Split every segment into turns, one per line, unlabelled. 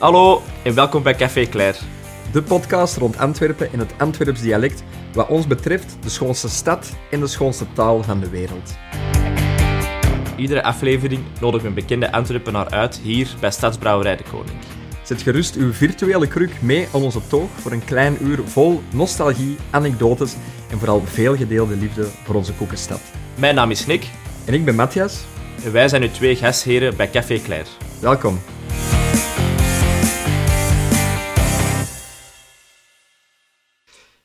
Hallo en welkom bij Café Claire.
De podcast rond Antwerpen in het Antwerps dialect, wat ons betreft de schoonste stad en de schoonste taal van de wereld.
Iedere aflevering nodig een bekende Antwerpenaar uit hier bij Stadsbrouwerij De Koning.
Zet gerust uw virtuele kruk mee aan onze toog voor een klein uur vol nostalgie, anekdotes en vooral veel gedeelde liefde voor onze koekenstad.
Mijn naam is Nick
En ik ben Matthias.
en wij zijn uw twee gastheren bij Café Claire.
Welkom.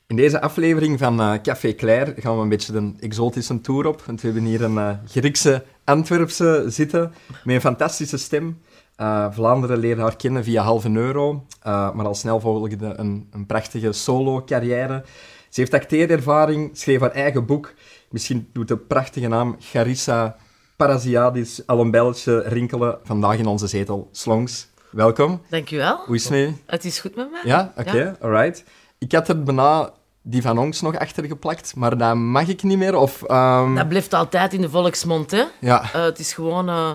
In deze aflevering van eh, Café Claire gaan we een beetje een exotische tour op. Want we hebben hier een eh, Griekse Antwerpse zitten met een fantastische stem. Eh, Vlaanderen leerde haar kennen via halve euro, eh, maar al snel volgde een, een prachtige solo-carrière. Ze heeft acteerervaring, schreef haar eigen boek. Misschien doet de prachtige naam Charissa Parasiadis al een belletje rinkelen vandaag in onze zetel. Slongs, welkom.
Dankjewel.
Hoe is het mee?
Het is goed met mij.
Ja, oké, alright. Ik had er bijna die van ons nog achter geplakt, maar dat mag ik niet meer. Of, ehm,
Dat blijft altijd in de volksmond, hè.
Ja,
Eh, het is gewoon... eh,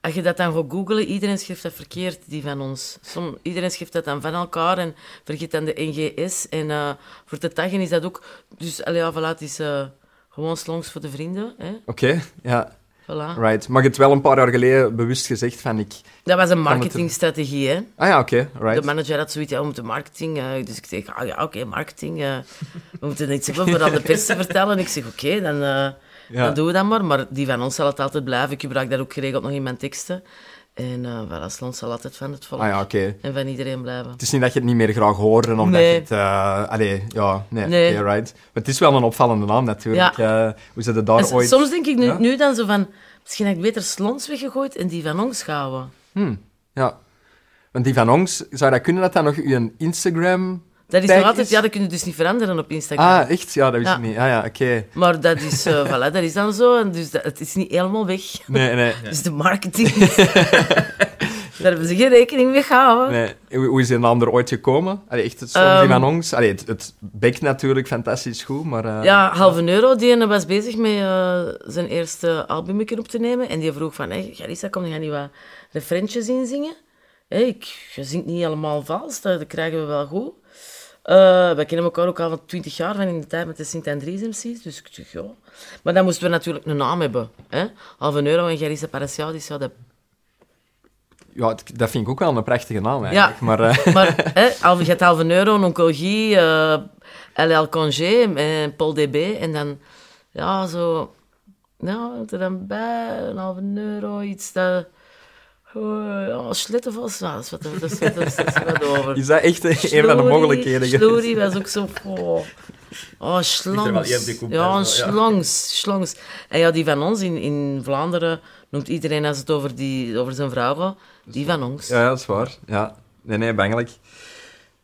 als je dat dan gaat googelen, iedereen schrijft dat verkeerd, die van ons. Som, iedereen schrijft dat dan van elkaar en vergeet dan de NGS. En eh, voor de dagen is dat ook... Dus, allee, ja, voilà, het is eh, gewoon slongs voor de vrienden, hè.
oké, ja,
Voilà.
right. Maar je hebt wel een paar jaar geleden bewust gezegd van ik...
Dat was een marketingstrategie, hè.
Ah ja, oké, alright.
De manager had zoiets, ja, we moeten marketing. eh, dus ik zeg, ah ja, oké, marketing. eh, we moeten iets hebben voor aan de pers te vertellen. Ik zeg, oké, dan, eh,
Ja.
dan doen we dat maar. Maar die van ons zal het altijd blijven. Ik gebruik dat ook geregeld nog in mijn teksten. En eh voilà, Slons zal altijd van het volk
Ah ja, oké.
en van iedereen blijven.
Het is niet dat je het niet meer graag hoorde, of dat
Nee.
je het... eh, allee, ja, nee,
Nee.
oké, right. Maar het is wel een opvallende naam natuurlijk. Eh, hoe zit het daar
En s-
ooit...
soms denk ik nu,
Ja?
nu dan zo van, misschien had ik beter Slons weggegooid en die van ons gehouden.
Ja. Want die van ons, zou dat kunnen dat dat nog uw Instagram...
Dat is
Kijk
nog altijd,
eens.
ja, dat kun je dus niet veranderen op Instagram.
Ah, echt? Ja, dat wist
Ja.
ik niet. Ah ja, oké.
Maar dat is, eh, voilà, dat is dan zo. En dus dat, het is niet helemaal weg.
Nee, nee.
Dus de marketing. Daar hebben ze geen rekening mee gehouden.
Nee, hoe, hoe is die naam er ooit gekomen? Allee, echt, het stond
Oh. Ehm.
die van ons. Allee, het, het bekt natuurlijk fantastisch goed, maar... eh,
Ja, halve euro, die ene was bezig met eh, zijn eerste albumje op te nemen. En die vroeg van, hey, Garissa, kom, je gaat niet wat refrentjes inzingen? Hé, ik, je zingt niet helemaal vals, dat, dat krijgen we wel goed. Eh we kennen elkaar ook al van 20 jaar, van in de tijd met de Sint Andries MC's. Dus ik zeg, ja. Maar dan moesten we natuurlijk een naam hebben. Hè? Halve euro en Garissa Paraciadis, ja, dat
ja, het- dat vind ik ook wel een prachtige naam eigenlijk. Maar eh,
Maar hè, al- je hebt half een euro, een oncologie, eh LL Congé, en Paul DB. En dan, ja, zo... Nou, wat er dan bij, een halve euro, iets dat... Oh, ja, slittenvals, nou, dat is wat er dat is wat er- dat is wat over.
is dat echt een van de
Sloerie,
mogelijkheden? geweest?
Sloerie was ook zo... Oh, oh
er wel
slangs.
eerder die koep bij,
Ja, een
zo, ja.
slangs, slangs. En ja, die van ons in, in Vlaanderen noemt iedereen als het over, die, over zijn vrouw gaat, die van ons.
Ja, ja, dat is waar. Ja. Nee, nee, bangelijk.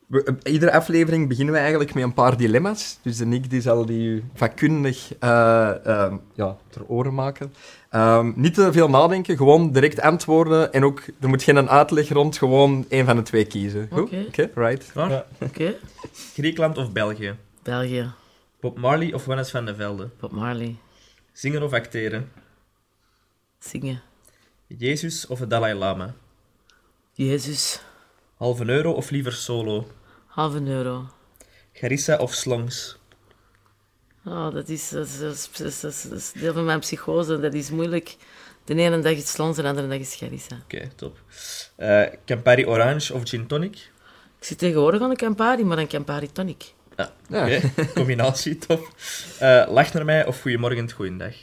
We- eh, Iedere aflevering beginnen we eigenlijk met een paar dilemma's. Dus de Nick die zal die vakkundig eh, ehm, ja, ter oren maken. Ehm, niet te veel nadenken, gewoon direct antwoorden. En ook, er moet geen uitleg rond, gewoon één van de twee kiezen. Goed?
Oké.
right.
Klaar?
Oké,
Griekenland of België?
België,
Bob Marley of Wannes van de Velde?
Bob Marley.
Zingen of acteren?
Zingen.
Jezus of het Dalai Lama?
Jezus,
Halve euro of liever solo?
half een euro.
Garissa of Slongs?
Oh, dat, is, dat, is, dat, is, dat is- dat is- dat is deel van mijn psychose, dat is moeilijk. De ene dag is Slons, de andere dag is Charissa.
Oké, top. Eh, Campari Orange of Gin Tonic?
Ik zit tegenwoordig aan een Campari, maar een Campari tonic.
Ah, oké.
Ja.
Combinatie, top. Eh, lach naar mij of Goedemorgen, het Goeiedag?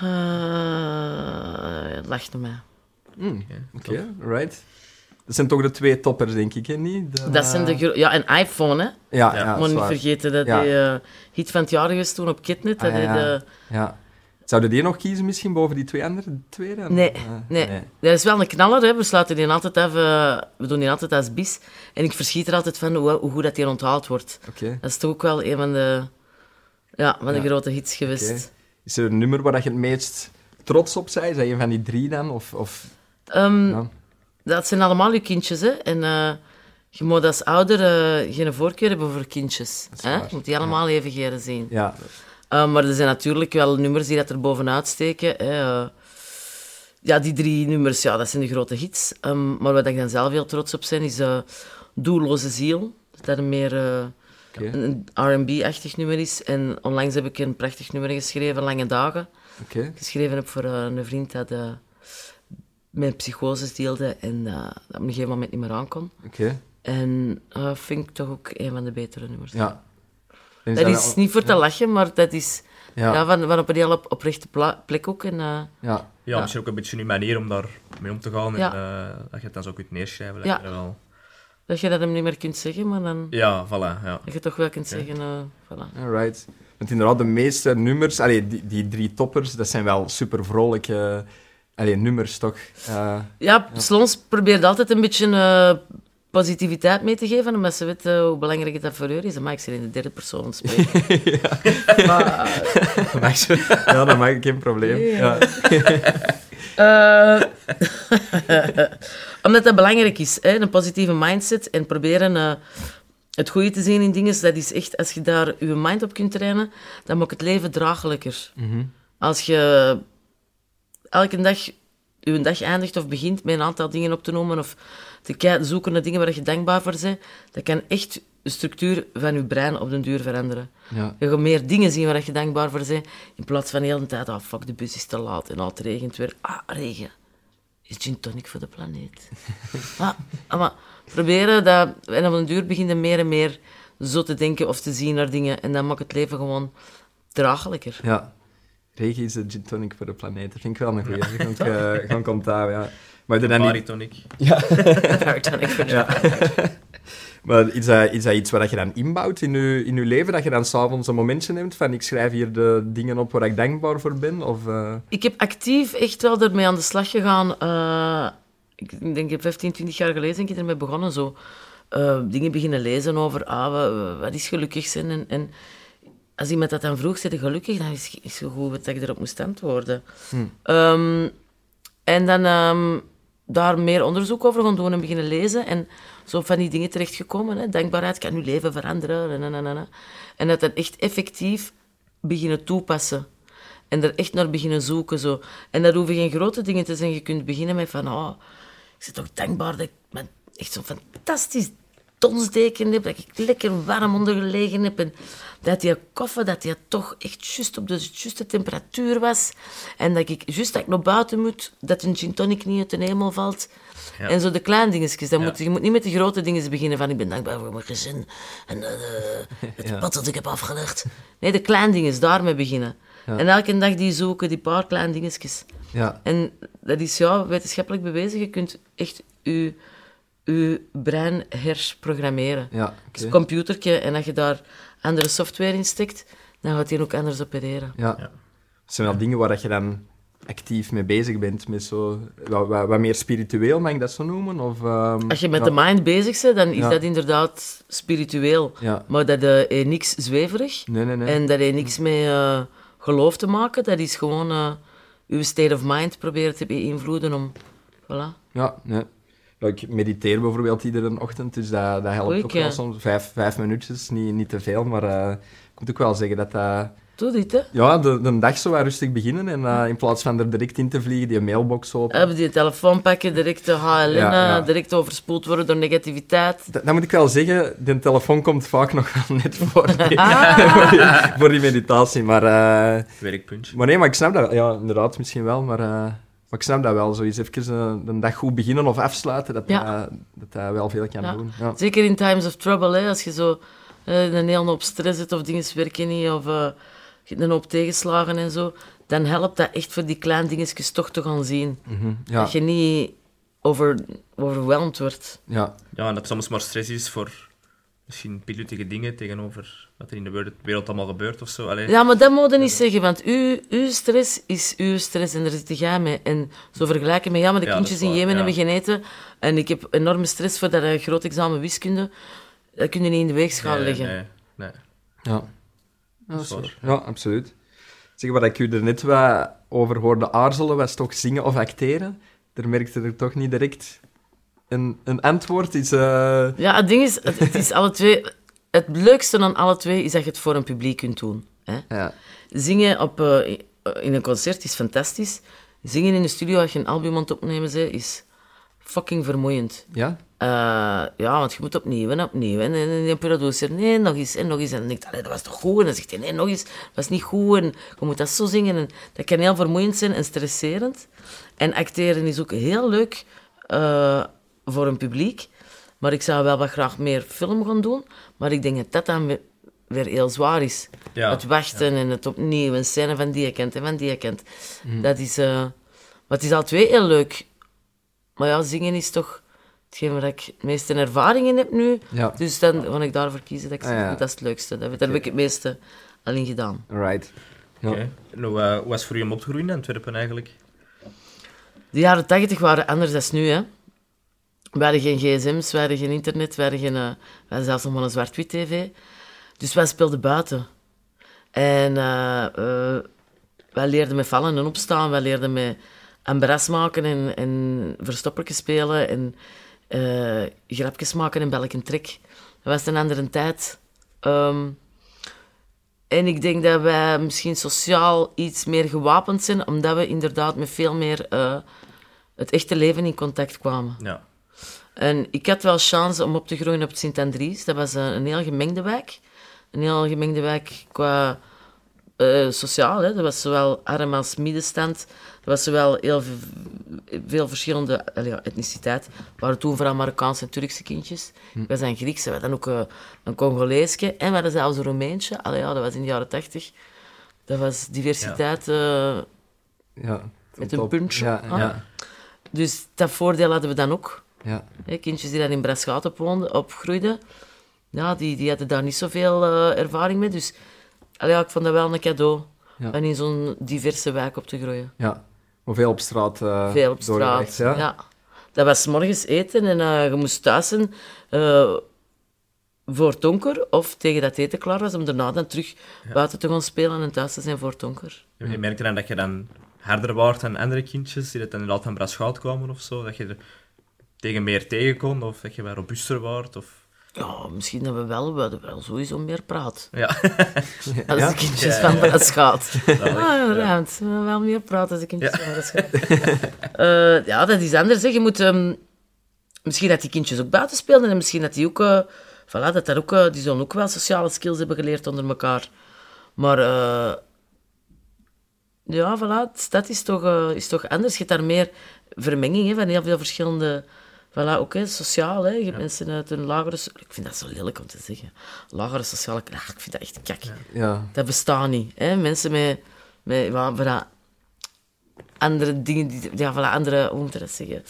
Ah, Eh, lachte mij.
Oké,
Hmm, Oké,
top.
right. Dat zijn toch de twee toppers, denk ik, hè? Niet? De-
Dat zijn de... gro- Ja, een iPhone, hè.
Ja,
Ja.
ja, dat
Moet
is
niet
waar.
vergeten dat
Ja.
hij eh, hit van het jaar geweest toen op Kidnet. Dat
Ah,
hij
ja, ja.
de-
Ja. Zouden die nog kiezen misschien boven die twee andere twee dan?
Nee,
Eh,
nee. Dat is wel een knaller, hè. We sluiten die altijd even... We doen die altijd als bis. En ik verschiet er altijd van hoe, hoe goed dat die onthaald wordt.
Oké.
Dat is toch ook wel een van de, ja, van de
Ja.
grote hits geweest.
Oké. Is er een nummer waar dat je het meest trots op bent? Is dat een van die drie dan? Of, of...
Ehm,
Ja.
Dat zijn allemaal je kindjes, hè. En eh, je moet als ouder eh, geen voorkeur hebben voor kindjes.
is
Hè?
waar,
Je moet die allemaal even geren zien. Ehm,
Ja,
Eh, maar er zijn natuurlijk wel nummers die dat er bovenuit steken. Hè? eh. ja, die drie nummers, ja, dat zijn de grote hits. Ehm, maar waar ik dan zelf heel trots op ben, is eh Doelloze Ziel. Dat dat een meer eh,
Oké.
een R&B-achtig nummer is. En onlangs heb ik een prachtig nummer geschreven, Lange Dagen.
Oké.
geschreven heb voor eh, een vriend dat eh mijn psychoses deelde en eh, dat op een gegeven moment niet meer aan kon.
Oké.
En eh vind ik toch ook een van de betere nummers.
Ja. En
Dat is
al-
niet voor te lachen, maar dat is
Ja.
ja.
Ja.
van, van op een heel op, oprechte pla- plek ook. En, eh,
ja.
Ja, misschien ook een beetje uw manier om daar mee om te gaan.
Ja.
En eh, dat je het dan zo kunt neerschrijven.
Ja.
lijkt mij wel.
dat je dat hem niet meer kunt zeggen, maar dan
Ja, voilà. Ja.
dat je toch wel kunt
Oké.
zeggen, eh, voilà.
Alright. Want inderdaad, de meeste nummers, allee, die, die drie toppers, dat zijn wel super vrolijke allee, nummers toch? Eh,
Ja, Slons probeert altijd een beetje eh, positiviteit mee te geven, omdat ze weten hoe belangrijk het dat voor haar is. Dan maak ik ze in de derde persoon spreken. Maar,
mag ze- ja, dat maakt geen probleem. Ja.
Eh, omdat dat belangrijk is, hè? een positieve mindset en proberen eh, het goede te zien in dingen. Dus Dat is echt, als je daar je mind op kunt trainen, dan maakt het leven draaglijker. Als je elke dag je dag eindigt of begint met een aantal dingen op te noemen of te kijken, zoeken naar dingen waar je dankbaar voor bent, dat kan echt de structuur van je brein op den duur veranderen.
Ja.
Je gaat meer dingen zien waar je dankbaar voor bent, in plaats van de hele tijd, ah fuck, de bus is te laat en ah, het regent weer. Ah, regen is gin tonic voor de planeet. ah, ah, maar proberen dat, en op een duur begin je meer en meer zo te denken of te zien naar dingen en dan maakt het leven gewoon draaglijker.
Ja. Regen is de gin tonic voor de planeet. Dat vind ik wel een goeie. Dat kan ik, eh, kan ik onthouden, ja. Maar heb je dan niet...
Baritonic.
Tonic voor de-
Maar is dat, is dat iets wat je dan inbouwt in je, in je leven? Dat je dan s'avonds een momentje neemt van ik schrijf hier de dingen op waar ik dankbaar voor ben? Of, eh,
Ik heb actief echt wel ermee aan de slag gegaan. eh, ik denk, ik heb 15, 20 jaar geleden denk ik ermee begonnen. Zo. eh, dingen beginnen lezen over ah, wa- wat is gelukkig zijn. En, en als iemand dat dan vroeg, zit je gelukkig? Dan is is zo goed wat ik erop moest antwoorden. Ehm, en dan ehm, daar meer onderzoek over gaan doen en beginnen lezen. En zo van die dingen terechtgekomen. Hè. Dankbaarheid kan uw leven veranderen. En, en, en, en, en. en dat dat echt effectief beginnen toepassen. En er echt naar beginnen zoeken. Zo. En dat hoeven geen grote dingen te zijn. Je kunt beginnen met van... Oh, ik ben toch dankbaar dat ik mijn- echt zo'n fantastisch donsdeken heb. Dat ik lekker warm ondergelegen heb. En dat die koffer dat die toch echt juist op de juiste temperatuur was. En dat ik juist dat ik naar buiten moet, dat een gin tonic niet uit de hemel valt.
Ja.
En zo de kleine dingetjes. Dan moet, je moet niet met de grote dingen beginnen van ik ben dankbaar voor mijn gezin. En eh, het pad dat ik heb afgelegd. Nee, de kleine dingen, daarmee beginnen. En elke dag die zoeken, die paar kleine dingetjes.
ja.
En dat is ja, wetenschappelijk bewezen. Je kunt echt je, je brein herprogrammeren.
Ja,
Het is
oké.
een computertje en als je daar andere software in stikt, dan gaat die ook anders opereren.
Ja.
Ja.
Het zijn wel dingen waar dat je dan actief mee bezig bent. Met zo, wat, wat, wat meer spiritueel, mag ik dat zo noemen? Of, ehm,
Als je met
ja.
de mind bezig bent, dan is
Ja.
dat inderdaad spiritueel.
Ja.
Maar dat eh, heeft niks zweverig
Nee, nee, nee.
en dat heeft niks met eh, geloof te maken. Dat is gewoon eh je state of mind proberen te beïnvloeden om... Voilà.
Ja, nee. Ja, Ik mediteer bijvoorbeeld iedere ochtend, dus dat, dat helpt
Goeie,
ook wel
ja.
soms. Vijf, vijf minuutjes, niet, niet te veel, maar eh, ik moet ook wel zeggen dat dat...
Doe dit, hè.
Ja, de, de dag zo wat rustig beginnen en eh, in plaats van er direct in te vliegen, die mailbox open.
Hebben die telefoon pakken, direct de HLN,
Ja, ja.
eh, direct overspoeld worden door negativiteit.
Dat, dat moet ik wel zeggen, de telefoon komt vaak nog wel net voor die,
Ah,
voor die, voor die meditatie. Maar, eh,
Werkpunt.
maar nee, maar ik snap dat. Ja, inderdaad, misschien wel, maar, eh, maar ik snap dat wel. Zo eens even een, een dag goed beginnen of afsluiten, dat
Ja.
dat, dat dat wel veel kan
Ja.
doen. Ja.
zeker in times of trouble, hè, als je zo eh, in een hele hoop stress zit of dingen werken niet of eh, je hebt een hoop tegenslagen en zo, dan helpt dat echt voor die kleine dingetjes toch te gaan zien.
Mhm, ja,
Dat je niet over, overweldigd wordt.
ja,
Ja, en dat soms maar stress is voor misschien pilotige dingen tegenover wat er in de wereld- wereld allemaal gebeurt of zo. Allee,
Ja, maar dat moet je niet zeggen, want uw, uw stress is uw stress en daar zit jij mee. En zo vergelijken met, ja, maar de
Ja, dat
kindjes
is
in
waar,
Jemen
ja.
hebben geen eten en ik heb enorme stress voor dat eh, groot examen wiskunde. Dat kun je niet in de weegschaal
nee,
leggen.
Nee, nee.
ja.
Dat is waar.
Ja, absoluut. Zeg, wat ik u er net wat over hoorde aarzelen, was toch zingen of acteren? Daar merkte er toch niet direct een, een antwoord. Is, eh,
Ja, het ding is, het, het is alle twee... Het leukste aan alle twee is dat je het voor een publiek kunt doen. Hè?
Ja,
Zingen op, eh, in een concert is fantastisch. Zingen in de studio als je een album aan het opnemen bent, is fucking vermoeiend.
Ja?
Eh, ja, want je moet opnieuw en opnieuw. En, en, en de producer, nee, nog eens en nog eens. En dan denk ik, allee, dat was toch goed? En dan zegt hij, nee, nog eens, dat was niet goed. En je moet dat zo zingen. En dat kan heel vermoeiend zijn en stresserend. En acteren is ook heel leuk eh, voor een publiek. Maar ik zou wel wat graag meer film gaan doen. Maar ik denk dat dat dan weer, weer heel zwaar is.
Ja,
het wachten en het opnieuw. En scène van die kant en van die kant.
Mm.
Dat is... eh, maar het is al twee heel leuk. Maar ja, zingen is toch hetgeen waar ik het meeste ervaring in heb nu.
Ja.
Dus dan kan ik daarvoor kiezen dat ik zeg,
Ah, ja.
dat is het leukste. Dat, daar heb ik het meeste al in gedaan.
Right. Ja.
Oké. En hoe, eh, hoe was het voor u om op te groeien in Antwerpen eigenlijk?
De jaren tachtig waren anders dan nu, hè. We hadden geen gsm's, we hadden geen internet, we hadden, geen, eh, we hadden zelfs nog maar een zwart-wit tv. Dus wij speelden buiten. En eh, eh, wij leerden met vallen en opstaan, wij leerden met embarras maken en, en verstoppertjes spelen en eh, grapjes maken en belk en trek. Dat was een andere tijd. Ehm, en ik denk dat wij misschien sociaal iets meer gewapend zijn, omdat we inderdaad met veel meer eh, het echte leven in contact kwamen.
Ja.
En ik had wel chance om op te groeien op het Sint-Andries. Dat was een, een heel gemengde wijk. Een heel gemengde wijk qua eh, sociaal. Hè. Dat was zowel arm als middenstand. Er was zowel heel v- veel verschillende allee, ja, etniciteit. Er waren toen vooral Marokkaanse en Turkse kindjes. We zijn Griekse, we hadden ook eh, een Congoleesje. En we hadden zelfs een Romeintje. Allee, ja, dat was in de jaren tachtig. Dat was diversiteit eh,
Ja.
met een
Top.
puntje.
Ja,
Ah.
ja,
Dus dat voordeel hadden we dan ook.
ja.
Hè, kindjes die daar in Braschaat op woonden- opgroeiden, ja, die, die hadden daar niet zoveel eh, ervaring mee. Dus allee, ja, ik vond dat wel een cadeau.
Ja.
En in zo'n diverse wijk op te groeien.
ja. Hoeveel op straat eh,
Veel op
doorgebracht,
straat. Ja. Dat was 's morgens eten en eh, je moest thuis zijn eh, voor het donker. Of tegen dat het eten klaar was, om daarna dan terug buiten te gaan spelen en thuis te zijn voor het donker.
Je, je merkte dan dat je dan harder waard dan andere kindjes, die dat dan inderdaad van Braschout kwamen of zo, dat je er tegen meer tegen kon, of dat je wat robuuster waard, of...
Ja, misschien dat we wel, we hadden wel sowieso meer praat.
Ja.
Als de kindjes van Braschaat. Ah, ruimt. Wel meer praten als de kindjes van Braschaat. Eh, ja, dat is anders. Hè. Je moet, ehm, misschien dat die kindjes ook buiten speelden en misschien dat die ook... eh, voilà, dat daar ook, eh, die zullen ook wel sociale skills hebben geleerd onder elkaar. Maar eh, ja, voilà, de stad is toch, eh, is toch anders. Je hebt daar meer vermenging hè, van heel veel verschillende... Voilà, ook hè, sociaal. Hè. Je hebt mensen uit een lagere... so- Ik vind dat zo lelijk om te zeggen. Lagere sociale... Ah, ik vind dat echt kak.
Ja.
Dat bestaat niet. Hè? Mensen met, met wat, voilà, andere dingen, die, ja, voilà, andere, hoe moet je dat zeggen?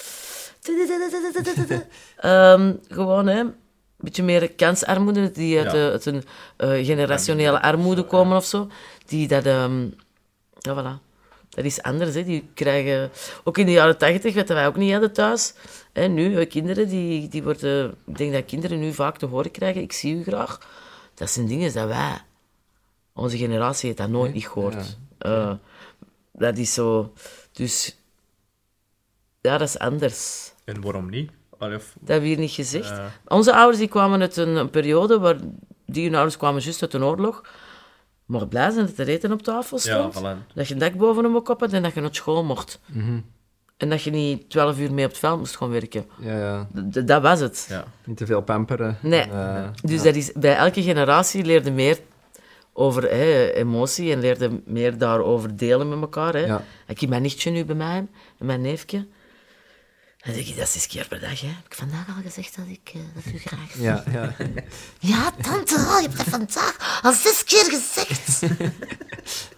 Ehm, gewoon, hè, een beetje meer kansarmoede, die uit,
Ja.
eh, uit een eh, generationele armoede komen of zo, die dat, ehm, ja, voilà. Dat is anders, hè. Die krijgen... Ook in de jaren tachtig, wat wij ook niet hadden thuis. Hè, nu, eh, kinderen, die, die worden... Ik denk dat kinderen nu vaak te horen krijgen, ik zie u graag. Dat zijn dingen dat wij... Onze generatie heeft dat nooit niet gehoord. Eh, dat is zo... Dus... Ja, dat is anders.
En waarom niet? Allee, of...
Dat hebben we hier niet gezegd.
Ja.
Onze ouders die kwamen uit een, een periode waar die hun ouders kwamen juist uit een oorlog. Maar blij zijn dat er eten op tafel stond.
voilà. Mhm.
Dat je een dak boven hem kop had en dat je naar school mocht. En dat je niet twaalf uur mee op het veld moest gaan werken.
Ja, ja.
D- d- dat was het.
Ja.
Niet te veel pamperen.
Nee.
Eh,
Dus dat is, bij elke generatie leerde meer over hè, emotie en leerde meer daarover delen met elkaar. Hè.
Ja.
Ik heb mijn nichtje nu bij mij en mijn neefje. Dan zeg ik dat zes keer per dag. Hè. Heb ik vandaag al gezegd dat ik eh, dat u graag zie?
ja, ja.
Ja, tante, oh, je hebt dat vandaag al zes keer gezegd.
Dat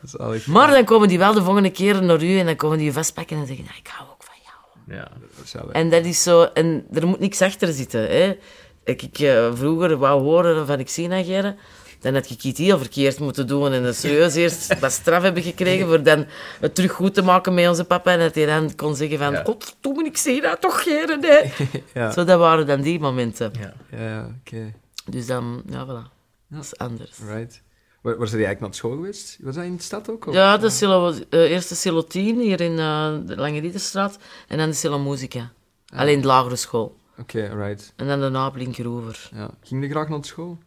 is eigenlijk...
Maar dan komen die wel de volgende keer naar u en dan komen die je vastpakken en zeggen, nou, ik hou ook van jou.
Ja.
Zou wel-
En dat is zo, en er moet niks achter zitten. Hè. Ik, ik eh, vroeger wou horen van ik zie ageren, dan had ik iets heel verkeerd moeten doen en dan serieus eerst wat straf hebben gekregen voor dan het terug goed te maken met onze papa en dat hij dan kon zeggen van,
Ja.
godverdomme, ik zie dat toch geren, hè.
Ja.
Zo, dat waren dan die momenten.
ja.
Ja, ja, oké.
Dus dan, ja, voilà. Dat is anders.
Right. Waar, waar zijn die eigenlijk naar school geweest? Was dat in de stad ook? of-
Ja, de Silo, eh, eerst de Silo 10 hier in eh, de Lange Rieterstraat en dan de Silo Musica. Alleen de lagere school.
Oké, right.
En dan daarna Blinkeroever.
Ja. Ging je graag naar school?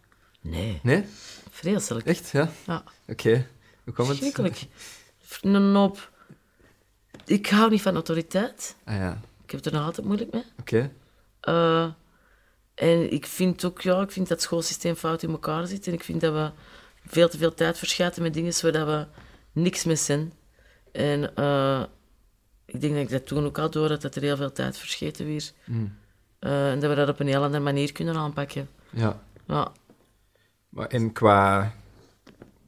Nee,
Nee?
vreselijk.
Eh, Echt? Ja?
Ja,
Oké. Hoe kwam het?
verschrikkelijk. Een hoop Ik hou niet van autoriteit.
Ah ja,
Ik heb het er nog altijd moeilijk mee.
oké.
Eh, en ik vind ook, ja, ik vind dat het schoolsysteem fout in elkaar zit. En ik vind dat we veel te veel tijd verschaten met dingen waar dat we niks mee zijn. En eh, ik denk dat ik dat toen ook al door had, dat er heel veel tijd verscheten weer. Eh, en dat we dat op een heel andere manier kunnen aanpakken.
Ja.
Ja,
Maar en qua,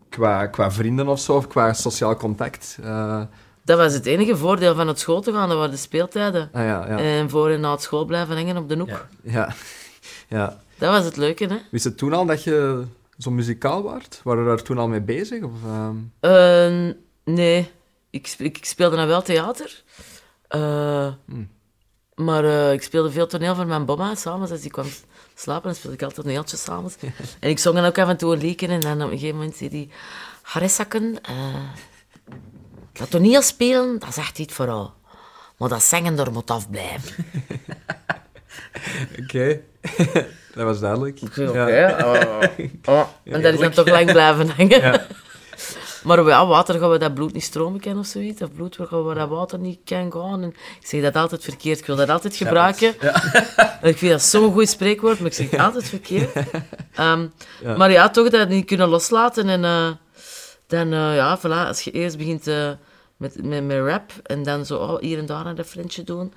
qua, qua vrienden of zo, of qua sociaal contact? eh,
dat was het enige voordeel van het school te gaan, dat waren de speeltijden.
ah ja, ja.
En voor en na het school blijven hangen op de hoek.
Ja.
ja. ja.
Dat was het leuke, hè.
Wist je toen al dat je zo muzikaal waard? Waren we daar toen al mee bezig? Of, ehm,
Eh, nee, ik, sp- ik speelde dan wel theater. Eh, Maar eh, ik speelde veel toneel voor mijn mama. S'avonds, als die kwam s- slapen, dan speelde ik altijd toneeltjes s'avonds. En ik zong dan ook af en toe een liedje. En dan op een gegeven moment zei die... Harrissakken, eh dat toneel spelen, dat is echt iets voor jou. Maar dat zingen, er moet afblijven.
Oké. dat was duidelijk.
Ik zei, oké.
Ja.
eh, oh. En dat is dan toch lang blijven hangen. Maar ja, water gaan we dat bloed niet stromen kennen of zoiets. Of bloed gaan we dat water niet kennen gaan. En ik zeg dat altijd verkeerd. Ik wil dat altijd gebruiken. Ik vind dat zo'n goed spreekwoord, maar ik zeg het altijd verkeerd. Ehm,
Ja.
Maar ja, toch dat niet kunnen loslaten. En eh, dan, eh, ja, voilà, als je eerst begint eh, met, met, met rap en dan zo oh, hier en daar een refrentje doen,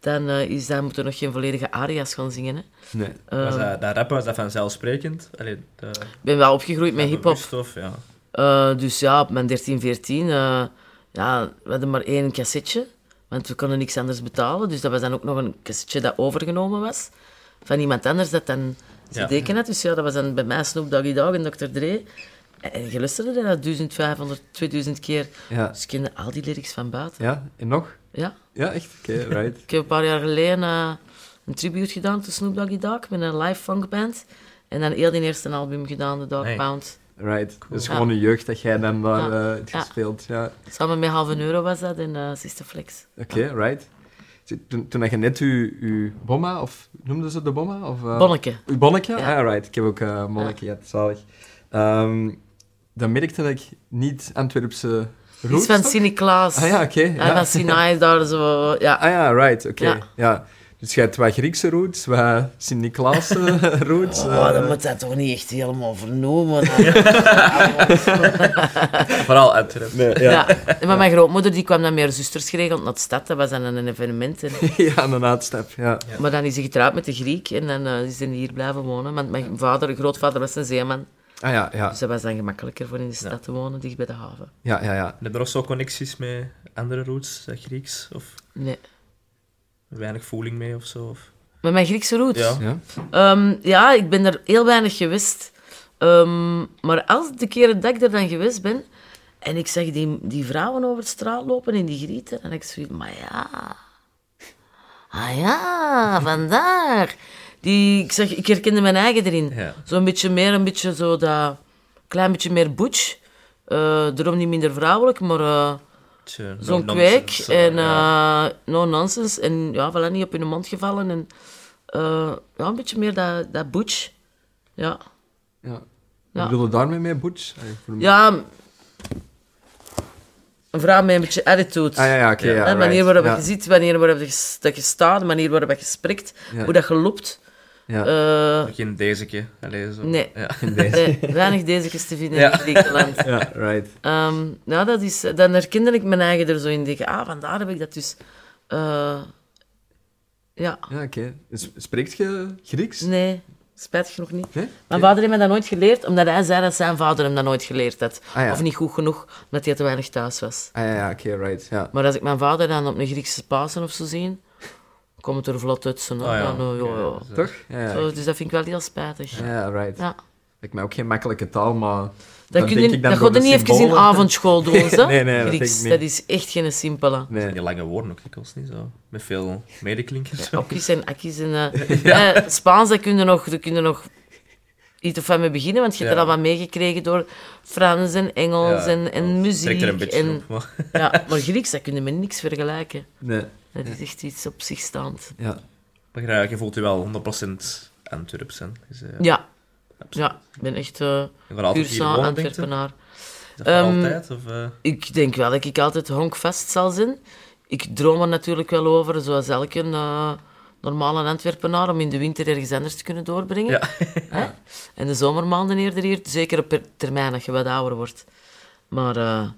dan, eh, is, dan moeten we nog geen volledige aria's gaan zingen. Hè.
Nee.
Was
Ehm,
dat, dat rappen, was dat vanzelfsprekend? Allee, de,
ik ben wel opgegroeid met hip-hop.
Stof, ja.
Eh, dus ja, op mijn 13, 14, eh, ja, we hadden maar één cassetje. Want we konden niks anders betalen. Dus dat was dan ook nog een cassetje dat overgenomen was. Van iemand anders dat dan
Ja.
cd had. Dus ja, dat was dan bij mij Snoop Doggy Dogg en Dr. Dre. En je luisterde dat 1500, 2000 keer.
Ja.
Dus ik kende al die lyrics van buiten.
ja, en nog?
Ja.
Ja, echt? Oké, right.
Ik heb een paar jaar geleden eh, een tribute gedaan tot Snoop Doggy Dogg met een live funkband. En dan heel die eerste album gedaan, The Dog
Hey.
Pound.
right. Dus
Ja.
gewoon de jeugd dat jij dan daar
Ja.
eh, hebt
Ja.
gespeeld. Ja.
Samen met Halve Euro was dat en eh Sister Flex.
Oké, right. Zit- Toen, toen had je net uw, uw bomma, of noemden ze de bomma? Of, eh,
Bonneke.
Uw bonnetje?
Ja.
Ah, right. Ik heb ook eh bonnetje, ja, zalig. Ehm, dan merkte ik niet Antwerpse roots.
Iets van
toch?
Sint-Niklaas.
Ah ja, oké.
Ja,
ja.
van Sinai, daar zo. Ja.
Ah ja, right, oké.
Ja.
Ja. Dus je hebt wat Griekse roots, wat Sint-Niklaas eh,
Oh,
roots. eh,
moet dat toch niet echt helemaal vernoemen.
Vooral Antwerpen.
nee, ja.
Ja. Maar mijn grootmoeder die kwam dan met haar zusters geregeld naar de stad. Dat was dan een evenement. En-
ja, een uitstap, ja.
Maar dan is ze getrouwd met een Griek en dan eh, is ze hier blijven wonen. Want mijn vader, grootvader was een zeeman.
Ah ja, ja,
Dus dat was dan gemakkelijker voor in de stad te wonen, dicht bij de haven.
ja, ja, ja.
Hebben er ook zo connecties met andere roots, eh, Grieks? Of
Nee.
weinig voeling mee of zo? Of...
Met mijn Griekse roots?
Ja.
Ja,
Ehm, ja, ik ben er heel weinig geweest. Ehm, maar als de keren dat ik er dan geweest ben en ik zag die, die vrouwen over de straat lopen in die grieten, en ik zoiets, maar ja. Ah ja, vandaar. Die, ik, zag, ik herkende mijn eigen erin.
Ja.
Zo'n beetje meer, een beetje zo dat... Klein beetje meer butch. Eh daarom niet minder vrouwelijk, maar... eh,
Tje, no
zo'n
nonsense,
kwijk
zo,
en
ja.
eh, no nonsense en ja, voilà, niet op hun mond gevallen en eh, ja, een beetje meer dat, dat butch. Ja.
ja.
Ja.
Wat bedoel je daarmee Ah, mee, Butch? Allee, voor mij-
ja, een vrouw met een beetje attitude.
Ah ja, ja, oké, ja,
Hè,
right.
manier waarop
ja.
je zit, wanneer waarop je, s- dat je staat, de manier waarop je spreekt,
Ja.
hoe dat je loopt.
Ja.
Eh,
Geen deze keer. Allee, zo.
Nee.
Ja.
eh, weinig dezekes te vinden
Ja.
in Griekenland.
ja, right.
Ehm, ja, dat is, dan herkende ik mijn eigen er zo in. Denk, ik, ah, vandaar heb ik dat dus. eh, ja.
Ja, oké. Dus Spreekt je Grieks?
Nee, spijtig genoeg niet.
Nee?
Mijn vader heeft me dat nooit geleerd, omdat hij zei dat zijn vader hem dat nooit geleerd had.
Ah, ja.
Of niet goed genoeg, omdat hij te weinig thuis was.
Ah ja, ja oké, right. Ja.
Maar als ik mijn vader dan op een Griekse Pasen of zo zie, komt het er vlot uit. Zo, hè.
Ah, ja.
Dan, eh, ja, ja.
Oké, dus, eh,
Toch? Ja, ja.
Zo, dus dat vind ik wel heel spijtig. Ja.
Ja, right. Lijkt mij ook geen makkelijke taal, maar...
Dat, kun je,
denk ik
dat
door
gaat je
de
niet even in
symbolen.
avondschool doen, zo.
Nee, nee, dat
Grieks,
denk ik niet.
dat is echt geen simpele.
Nee.
Die lange woorden ook dikwijls niet zo. Met veel medeklinkers. zo.
Akkies en akkies en... eh, eh, Spaans, daar kun je nog, daar kun je nog iets of van mee beginnen, want je hebt
Ja.
er al wat meegekregen door Frans en Engels
Ja,
en, en
dat
muziek.
trekt er een beetje
en,
op. maar-
Ja, maar Grieks, dat kun je met niks vergelijken.
Nee.
Dat is echt iets op zich staand.
Ja.
Maar je- je voelt je wel 100% Antwerps. hè. Dus, eh,
Ja, ja ik ben echt eh
Je gaat altijd
puur
hier
saal
wonen, denk je?
Antwerpenaar.
Is dat voor
Ehm,
altijd? Of, eh?
Ik denk wel dat ik altijd honkvast zal zijn. ik droom er natuurlijk wel over, zoals elke eh, normale Antwerpenaar, om in de winter ergens anders te kunnen doorbrengen.
Ja.
Hè? En de zomermaanden eerder hier, zeker op per- termijn, dat je wat ouder wordt. Maar eh,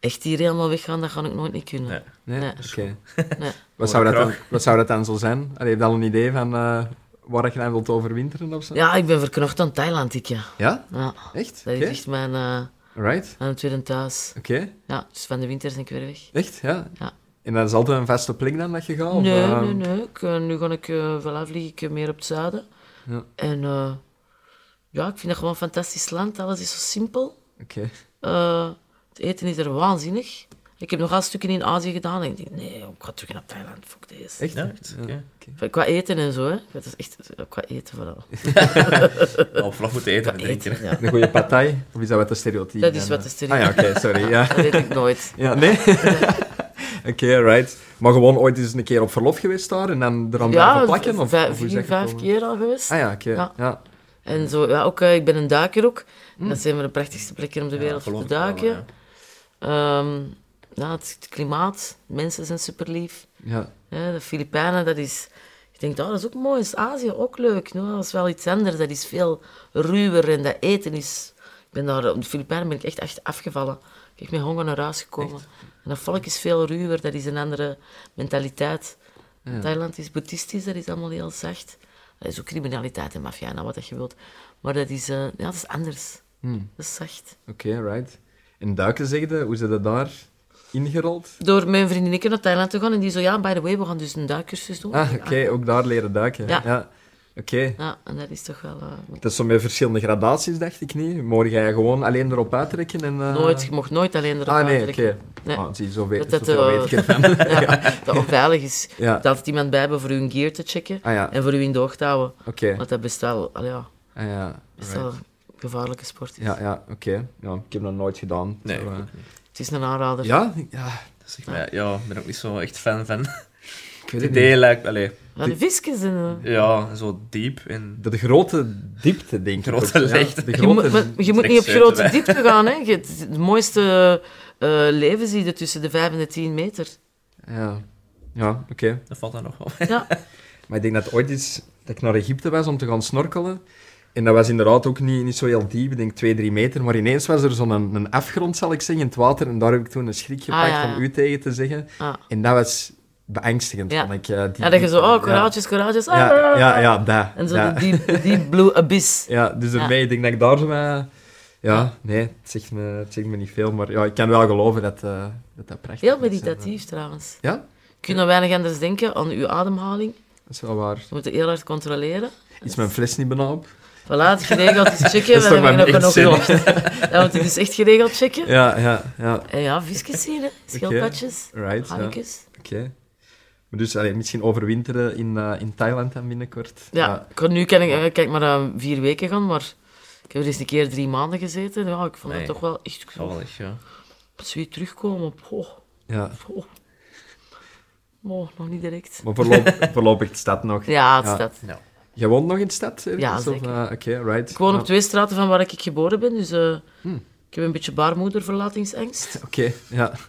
echt hier helemaal weggaan, dat ga ik nooit niet kunnen.
Nee.
Nee?
Nee.
Oké.
Nee.
Wat, zou dat dan-
Graag.
wat zou dat dan zo zijn? Allee, heb je al een idee van eh, waar je dan wilt overwinteren of zo?
Ja, ik ben verknocht aan Thailand, ik ja.
Ja?
ja
Echt?
dat
Oké.
is echt mijn, eh,
Right.
mijn tweede thuis.
Oké.
Ja, dus van de winter ben ik weer weg.
Echt? Ja.
Ja.
En dat is altijd een vaste plek dan dat je gaat? of,
Nee,
eh,
nee, nee. Ik, eh, nu ga ik, eh voilà, vlieg ik eh, meer op het zuiden.
Ja.
En eh, ja, ik vind dat gewoon een fantastisch land. Alles is zo simpel.
Oké.
Eh, het eten is er waanzinnig. Ik heb nogal stukken in Azië gedaan en ik denk, nee, ik ga terug naar Thailand. Fuck deze.
Echt?
Ja, echt?
Ja.
Oké.
Enfin, Qua eten en zo, hè. Dat is echt eh, qua eten vooral.
Nou, vlak moeten eten en
Qua
drinken.
eten, ja.
Een goede partij? Of is dat wat een stereotype?
Dat is
dan,
wat
eh?
de stereotype.
Ah ja, oké, sorry. Ja.
Dat weet ik nooit.
Ja, nee? Oké, right. Maar gewoon ooit eens een keer op verlof geweest daar en dan eraan
Ja,
blijven plakken? Of,
vijf,
of hoe is
vier,
dat
vijf
gekomen?
keer al geweest.
Ah ja, oké.
Ja.
Ja.
En zo, ja, ook, eh, ik ben een duiker ook.
Mm.
Dat zijn maar de prachtigste plekken om de wereld voor
geloof
te
ik wel,
duiken.
ja.
Ehm, ja, het, het klimaat, mensen zijn super lief.
ja.
de Filipijnen, dat is. Ik denk, oh, dat is ook mooi. Is Azië ook leuk? No? Dat is wel iets anders. Dat is veel ruwer en dat eten is. Ik ben daar, op de Filipijnen ben ik echt, echt afgevallen. Ik ben echt met honger naar huis gekomen. En dat volk is veel ruwer, dat is een andere mentaliteit. Thailand is boeddhistisch, dat is allemaal heel zacht. Dat is ook criminaliteit en maffia en al wat dat je wilt. Maar dat is, eh, ja, dat is anders. Dat is zacht.
Oké, right. En duiken zegde, hoe ze dat daar ingerold?
door mijn vriendinnetje naar Thailand te gaan. En die zo, ja, by the way, we gaan dus een duikcursus doen.
Ah, oké, ook daar leren duiken.
Ja.
Oké.
Ja, en dat is toch wel... eh,
Dat is zo met verschillende gradaties, dacht ik niet. Morgen ga je gewoon alleen erop uittrekken en... eh,
nooit, je mocht nooit alleen erop
Ah, nee, oké.
uittrekken. Nee.
Ah, zie, zo weet,
Dat dat,
zoveel
eh,
weet ik ervan.
Dat onveilig is.
Ja.
Dat altijd iemand bij hebben voor hun gear te checken.
Ah ja,
En voor u in de oog te houden.
oké.
Want dat best wel, al ja,
Ah, ja.
best
right.
wel een gevaarlijke sport is.
Ja, ja, oké. Ja, ik heb dat nooit gedaan.
Nee,
Zo, eh,
ik ook
Het is een aanrader.
ja, ja,
Dat zeg maar, ja, ik ben ook niet zo echt fan van.
ik
Het
weet het niet.
idee lijkt, allee,
Van de visjes en... eh,
ja, zo diep en...
De grote diepte, denk ik.
Grote
ook. Ja,
leegte.
de
Je, moet,
grote...
maar je moet niet op
Trek
grote
zetten,
diepte gaan, hè. Je- het, het mooiste eh, eh, leven zie je tussen de 5 en de 10 meter.
Ja, ja oké.
Dat valt dan nog wel.
Ja,
Maar ik denk dat ooit eens dat ik naar Egypte was om te gaan snorkelen. En dat was inderdaad ook niet, niet zo heel diep, ik denk twee, drie meter. Maar ineens was er zo'n een, een afgrond, zal ik zeggen, in het water. En daar heb ik toen een schrik gepakt
ja, Ah, ja.
om u tegen te zeggen.
Ah.
En dat was beangstigend,
Ja.
vond ik. eh, die
ja dat je zo,
diepte.
oh, koraaltjes, koraaltjes. ah,
Ja, ja,
ah,
ja,
ah.
ja, dat.
En zo
dat.
de deep, de deep blue abyss.
Ja, dus daarmee, ik denk dat ik daar zo wat- Ja, nee, het zegt, me, het zegt me niet veel, maar ja, ik kan wel geloven dat eh, dat, dat prachtig
Heel
is, hè.
meditatief trouwens.
Ja?
Je kunt aan weinig anders denken aan uw ademhaling.
Dat is wel waar.
Je moet het heel hard controleren.
Is mijn fles niet bijna op?
Voilà, het geregeld is checken.
Dat is
dan
toch
heb je
maar
nog genoeg
echt
lucht. Ja, want het is dus echt geregeld checken.
Ja, ja, ja.
En ja, visjes zien, hè. schildpadjes,
Right, ja. Oké.
hannetjes.
Maar dus allee, misschien overwinteren in, eh, in Thailand dan binnenkort.
Ja, ik kan nu kan ik, eh, kijk maar eh, vier weken gaan, maar ik heb er eens een keer drie maanden gezeten. Ja, ik vond
Nee.
het toch wel echt
Ja,
Oh.
wel
goed.
echt, ja.
Zou je terugkomen? Poh,
ja.
poh. Oh, nog niet direct.
Maar voorlop, voorlopig de stad nog.
Ja, het
Ja.
staat.
Je woont nog in de stad? ergens,
Ja,
of,
zeker.
eh, Oké, right.
Ik woon
Ja, Hm.
op twee straten van waar ik geboren ben, dus eh, ik heb een beetje baarmoederverlatingsangst.
Oké, ja.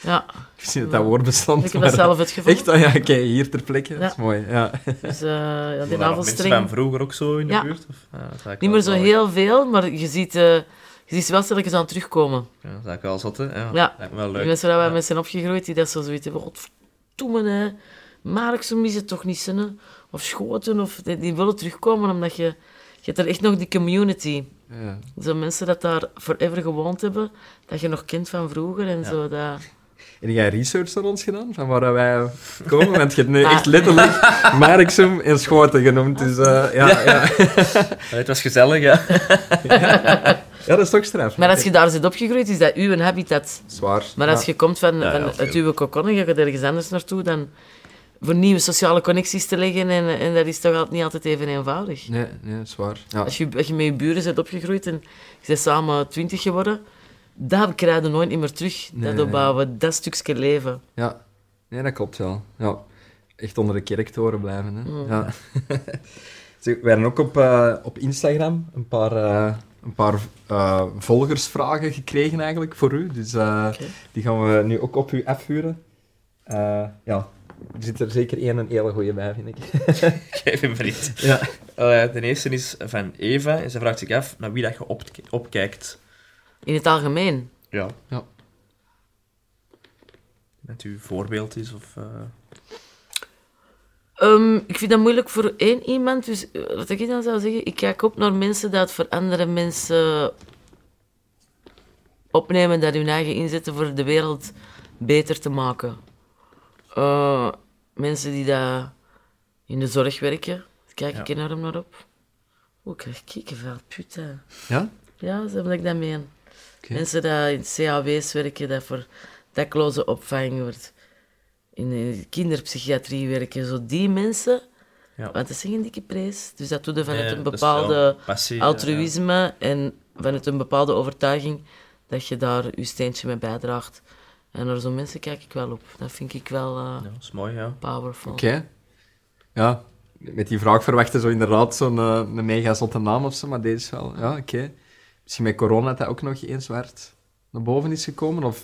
Ja,
Ik zie dat dat woord bestond.
ik heb
maar-
dat zelf het gevoel.
Echt? Oh ja, oké, hier ter plekke. Dat is
Ja.
mooi, ja.
Dus eh ja, die
Waren er mensen
navelstreng.
van vroeger ook zo in de
Ja.
buurt? Of? Ja, dat zou ik
Niet
wel
meer zo
wel-
heel veel, maar je ziet, eh je ziet ze wel stilletjes aan terugkomen.
Ja, dat zou ik wel zotten. Ja,
Ja.
Lijkt me wel
Die
leuk.
mensen waar wij mee zijn opgegroeid, die dat zo zoiets hebben. Godverdoemen, hè. Marksum is het toch niet zinnen. Of schoten, of die, die willen terugkomen, omdat je... Je hebt er echt nog die community.
ja.
Zo mensen dat daar forever gewoond hebben, dat je nog kent van vroeger en zo. Dat...
En jij research naar ons gedaan, van waar wij komen? Want je hebt nu
Ah.
echt letterlijk Marksum en Schoten genoemd. Dus eh, ja, ja.
Ja, het was gezellig, ja.
ja, dat is toch straf.
Maar als je daar zit opgegroeid, is dat uw habitat.
Zwaar.
Maar als
Ja.
je komt van,
Ja,
van
ja,
uit
veel.
uw kokon en je gaat ergens anders naartoe, dan voor nieuwe sociale connecties te leggen, en, en dat is toch al- niet altijd even eenvoudig.
Nee, nee, zwaar. Ja.
Als je, als je met je buren bent opgegroeid en je bent samen twintig geworden, dat krijg je nooit niet meer terug.
Nee.
Dat opbouwen, dat stukje leven.
ja. Nee, dat klopt wel. Ja. Echt onder de kerktoren blijven. Hè.
Mm.
Ja. Zeg, wij hebben ook op, eh, op Instagram een paar, eh, een paar eh, volgersvragen gekregen eigenlijk voor u. Dus eh,
Oké.
die gaan we nu ook op u afvuren. Eh, ja, er zit er zeker één een hele goede bij, vind ik.
Geef hem maar niet.
Ja.
Eh, de eerste is van Eva en ze vraagt zich af naar wie dat je opk- opkijkt.
In het algemeen.
Ja.
Ja.
Met uw voorbeeld is of... eh,
Ehm, ik vind dat moeilijk voor één iemand. Dus eh, wat ik dan zou zeggen, ik kijk op naar mensen dat voor andere mensen opnemen, dat hun eigen inzetten voor de wereld beter te maken. Eh, mensen die daar in de zorg werken, daar kijk ik enorm naar op. Oeh, ik krijg kiekenveld, putain.
Ja?
Ja, zo heb ik dat meen.
Oké.
Mensen die in het CAW's werken, dat voor dakloze opvang wordt. In de kinderpsychiatrie werken, zo die mensen.
Ja.
Want dat is geen dikke prijs. Dus dat doe je vanuit
nee,
een
dat is
bepaalde
wel passie, eh,
altruïsme en vanuit een bepaalde overtuiging dat je daar je steentje mee bijdraagt. En naar zo'n mensen kijk ik wel op. Dat vind ik wel eh,
Ja, Ja, dat is mooi, ja.
powerful.
Oké. Ja, met die vraag verwachten zo inderdaad zo'n eh, een mega zotte naam of zo, maar deze is wel... Ja, oké. Misschien met corona dat dat ook nog eens werd naar boven is gekomen, of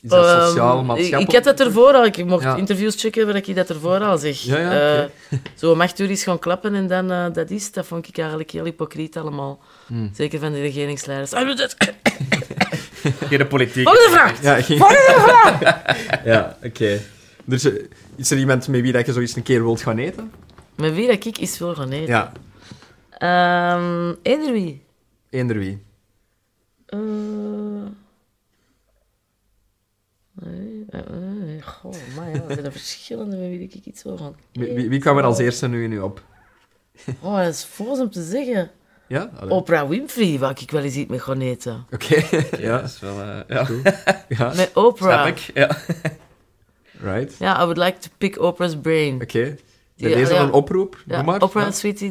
is dat
Ehm,
sociaal, maatschappelijk?
ik, ik had dat ervoor al. Ik mocht
Ja.
interviews checken waar ik dat ervoor al zeg.
Ja, ja, oké.
Eh, zo om acht uur is gaan klappen en dan eh, dat is. Dat vond ik eigenlijk heel hypocriet allemaal.
Hmm.
Zeker van de regeringsleiders. Ah, dat-
Hier de politiek.
Volgende vraag!
Ja, ging... ja, oké. Dus eh, is er iemand met wie dat je zoiets een keer wilt gaan eten?
Met wie dat ik is wil gaan eten.
Ja,
Ehm, eender wie?
eender wie.
Eh, nee, eh, eh, nee. Goh, maar ja, er zijn er verschillende met wie dat ik iets wil gaan
Wie, wie- wie kwam er als eerste nu in u op?
Oh, dat is voor om te zeggen.
Ja? Allee.
Oprah Winfrey, waar ik wel eens iets mee ga eten.
Oké.
Ja,
ja.
dat is wel... eh, ja,
ja.
Met Oprah.
snap ik. Ja.
Right.
Ja, I would like to pick Oprah's brain.
Oké.
Ja,
Bij deze
ja.
een oproep?
Ja,
Doe maar.
Oprah
Ja.
Sweetie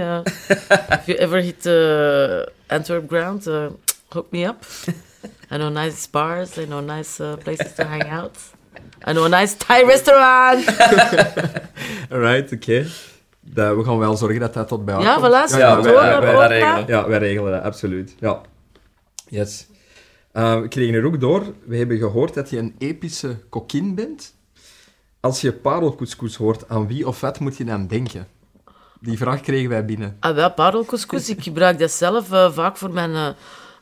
eh, if you ever hit eh, Antwerp Ground, eh, hook me up. I know nice bars, I know nice eh, places to hang out. I know a nice Thai restaurant.
Alright, oké. Dat- We gaan wel zorgen dat dat tot bij
Ja,
ons
voilà, ze
Ja,
gaan
wij-
door
wij-
naar
wij
Oprah.
dat regelen.
Ja, wij regelen dat, absoluut. Ja. Yes. Eh, we kregen er ook door, we hebben gehoord dat je een epische kokin bent. Als je parelkoeskoes hoort, aan wie of wat moet je dan denken? Die vraag kregen wij binnen.
Ah wel, parelcouscous, ik gebruik dat zelf eh, vaak voor mijn... eh,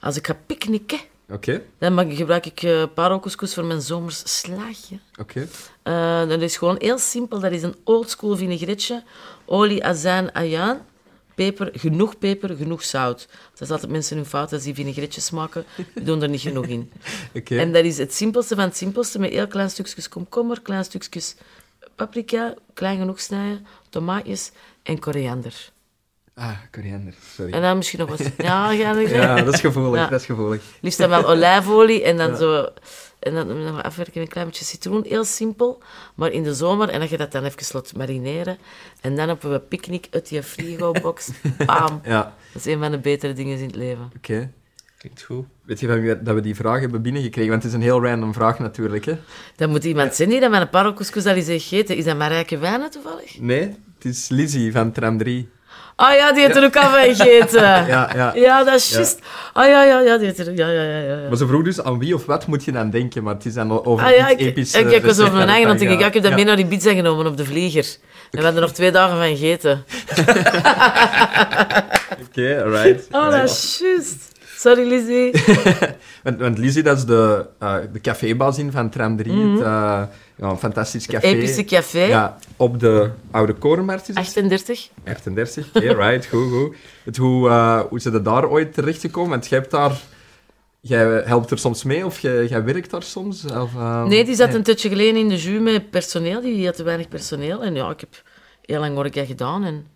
als ik ga picknicken,
Oké,
dan maak- gebruik ik eh parelcouscous voor mijn zomers slaagje.
oké.
Eh, dat is gewoon heel simpel. Dat is een oldschool vinaigretje. Olie, azijn, ajaan. Peper, genoeg peper, genoeg zout. Dat is altijd mensen hun fout als die vinaigretje maken. Die doen er niet genoeg in.
Oké.
En dat is het simpelste van het simpelste. Met heel klein stukjes komkommer, klein stukjes paprika, klein genoeg snijden, tomaatjes en koriander.
Ah, koriander, sorry.
En dan misschien nog wat... Ja, ja,
Ja, dat is gevoelig,
Ja.
dat is gevoelig.
Liefst dan wel olijfolie en dan zo... En dan, dan nog afwerken met een klein beetje citroen. Heel simpel. Maar in de zomer, en dat je dat dan even laat marineren. En dan op een picknick uit je frigo-box. Bam.
Ja,
Dat is een van de betere dingen in het leven.
oké.
Klinkt goed.
Weet je van wie dat we die vraag hebben binnengekregen? Want het is een heel random vraag natuurlijk, hè.
Dan moet iemand zijn die dat met een parelcouscous al eens heeft gegeten. Is dat Marijke Wijnen toevallig?
Nee, het is Lizzie van Tram 3.
Ah ja, die heeft er ook al van gegeten. Ja,
Ja, ja.
dat is juist. Ah ja, ja, ja, die heeft er... Ja, ja, ja, ja. ja.
Maar ze vroeg dus aan wie of wat moet je dan denken, maar het is dan over
Ah ja,
iets
ik,
episch.
ik,
eh,
ik was
recept
over mijn
dat
eigen aan
het
het denken.
dan
Ik heb dat
gaat.
mee naar Ibiza genomen op de vlieger. En we hadden er nog twee dagen van gegeten.
Ja, Oké, alright.
Oh, dat is juist. Sorry, Lizzie.
Want, want Lizzie, dat is de, eh de cafébaas in van Tram 3. het, eh, ja, een fantastisch café.
Mhm. Epische café.
Ja, op de Oude Korenmarkt is het?
38.
38. Oké, right, goed, goed. Het, hoe, eh, hoe zijn er daar ooit terecht gekomen? Want jij hebt daar... Jij helpt er soms mee of jij, jij werkt daar soms? Of, eh,
Nee, die zat een tijdje geleden in de jus met personeel. Die had te weinig personeel. En ja, ik heb heel lang werk gedaan. En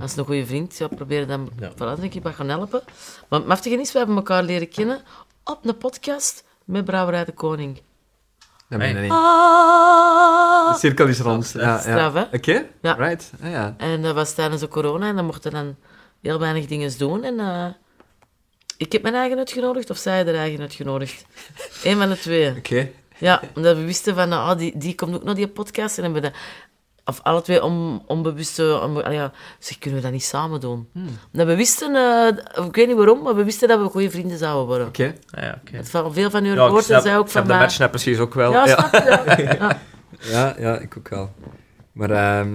als een goede vriend, ja, probeer dan
Ja.
vooral denk ik wat gaan helpen. Maar het maftige is, we hebben elkaar leren kennen op een podcast met Brouwerij de Koning.
Dat ben je
Hey.
niet.
Ah!
De cirkel is rond. Ja, ja.
straf, hè?
Oké,
Ja.
right. Ah, ja.
En dat was tijdens de corona en dan mochten dan heel weinig dingen doen. En eh, ik heb mijn eigen uitgenodigd of zij er eigen uitgenodigd. Eén van de twee.
Oké.
Ja, omdat we wisten van, ah, die, die komt ook naar die podcast. En hebben we dat, of alle twee on, onbewust, eh, onbe- ah ja, zeg, kunnen we dat niet samen doen? Omdat we wisten, eh, ik weet niet waarom, maar we wisten dat we goede vrienden zouden worden.
Oké.
Ah, ja, oké.
Het van veel van hun
Ja, ik
hoort en
snap,
zij ook
ik snap
van
de
mij.
match precies ook wel.
Ja,
Ja.
snap je? Ja.
Ja, ja, ik ook wel. Maar, ehm,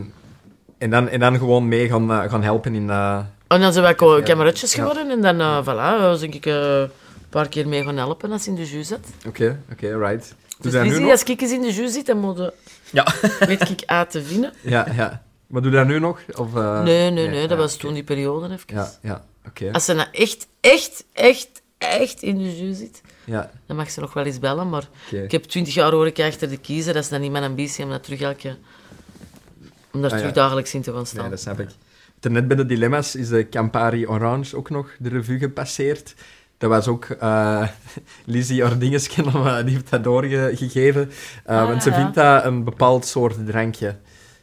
en, dan, en dan gewoon mee gaan, eh, gaan helpen in... eh,
En dan zijn wij co- kameradjes
Ja.
geworden en dan, eh, voilà, was ik eh, een paar keer mee gaan helpen als ze in de jus zat.
Oké, oké, right. Doe
Dus
dat nu
Lizzie,
nog?
als ik eens in de jus zit, dan moet je-
Ja.
weet ik aan te vinden.
Ja, ja. Maar doe dat nu nog? Of, eh,
nee, nee, nee,
ja,
dat was
oké.
toen die periode even.
Ja, ja, oké.
Als ze nou echt, echt, echt, echt in de jus zit,
Ja,
dan mag ze nog wel eens bellen, maar
oké.
ik heb twintig jaar horen kijken achter de kiezer, dat is dan niet mijn ambitie om dat terug elke... Om daar
Ah,
terug
ja.
dagelijks in te gaan staan.
Nee, dat snap ik. Net bij de dilemma's is de Campari Orange ook nog de revue gepasseerd. Dat was ook eh Lizzie Ordingesken, maar die heeft dat doorgegeven. Eh,
Ah,
want ze
ja.
vindt dat een bepaald soort drankje.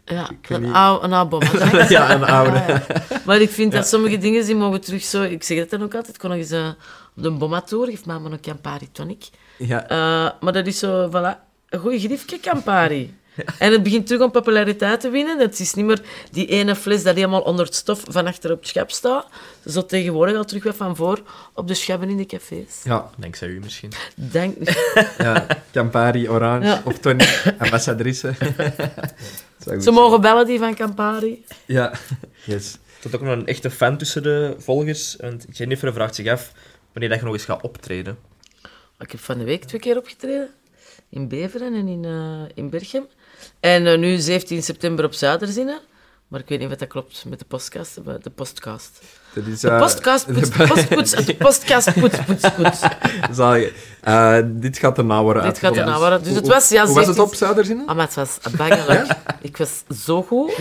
Ja,
weet
een,
niet.
oude, een oude bommen.
ja, een oude.
Ah, ja. Maar ik vind dat sommige dingen die mogen terug zo... Ik zeg dat dan ook altijd. Ik kon nog eens eh, op de bomatoor. Geef mij maar een Campari tonic.
Ja,
Eh, maar dat is zo, voilà. Een goeie griefje Campari. En het begint terug om populariteit te winnen. Het is niet meer die ene fles dat helemaal onder het stof van achter op het schap staat. Zo tegenwoordig al terug wat van voor op de schappen in de cafés.
ja,
Dankzij u misschien.
Dank.
ja. Campari Orange
Ja.
of Tony, ambassadrice. Zou goed
Ze
zijn.
mogen bellen, die van Campari.
Ja, yes.
Er zat ook nog een echte fan tussen de volgers. Want Jennifer vraagt zich af wanneer dat je nog eens gaat optreden.
Ik heb van de week twee keer opgetreden. In Beveren en in, eh, in Berchem. En eh, nu 17 september op Zuiderzinnen. Maar ik weet niet wat dat klopt met de podcast. maar De postcast.
Dat is,
De
eh,
postcast poets,
de-
de postpoets, de postcast poets, poets, poets.
zal je- eh, dit gaat een nauwere
Dit gaat een
uitgevonden.
nauwere- dus
Hoe-
het was, ja,
Hoe was het
17
op Zuiderzinnen?
Ah, maar het was bangelijk. Ik was zo goed.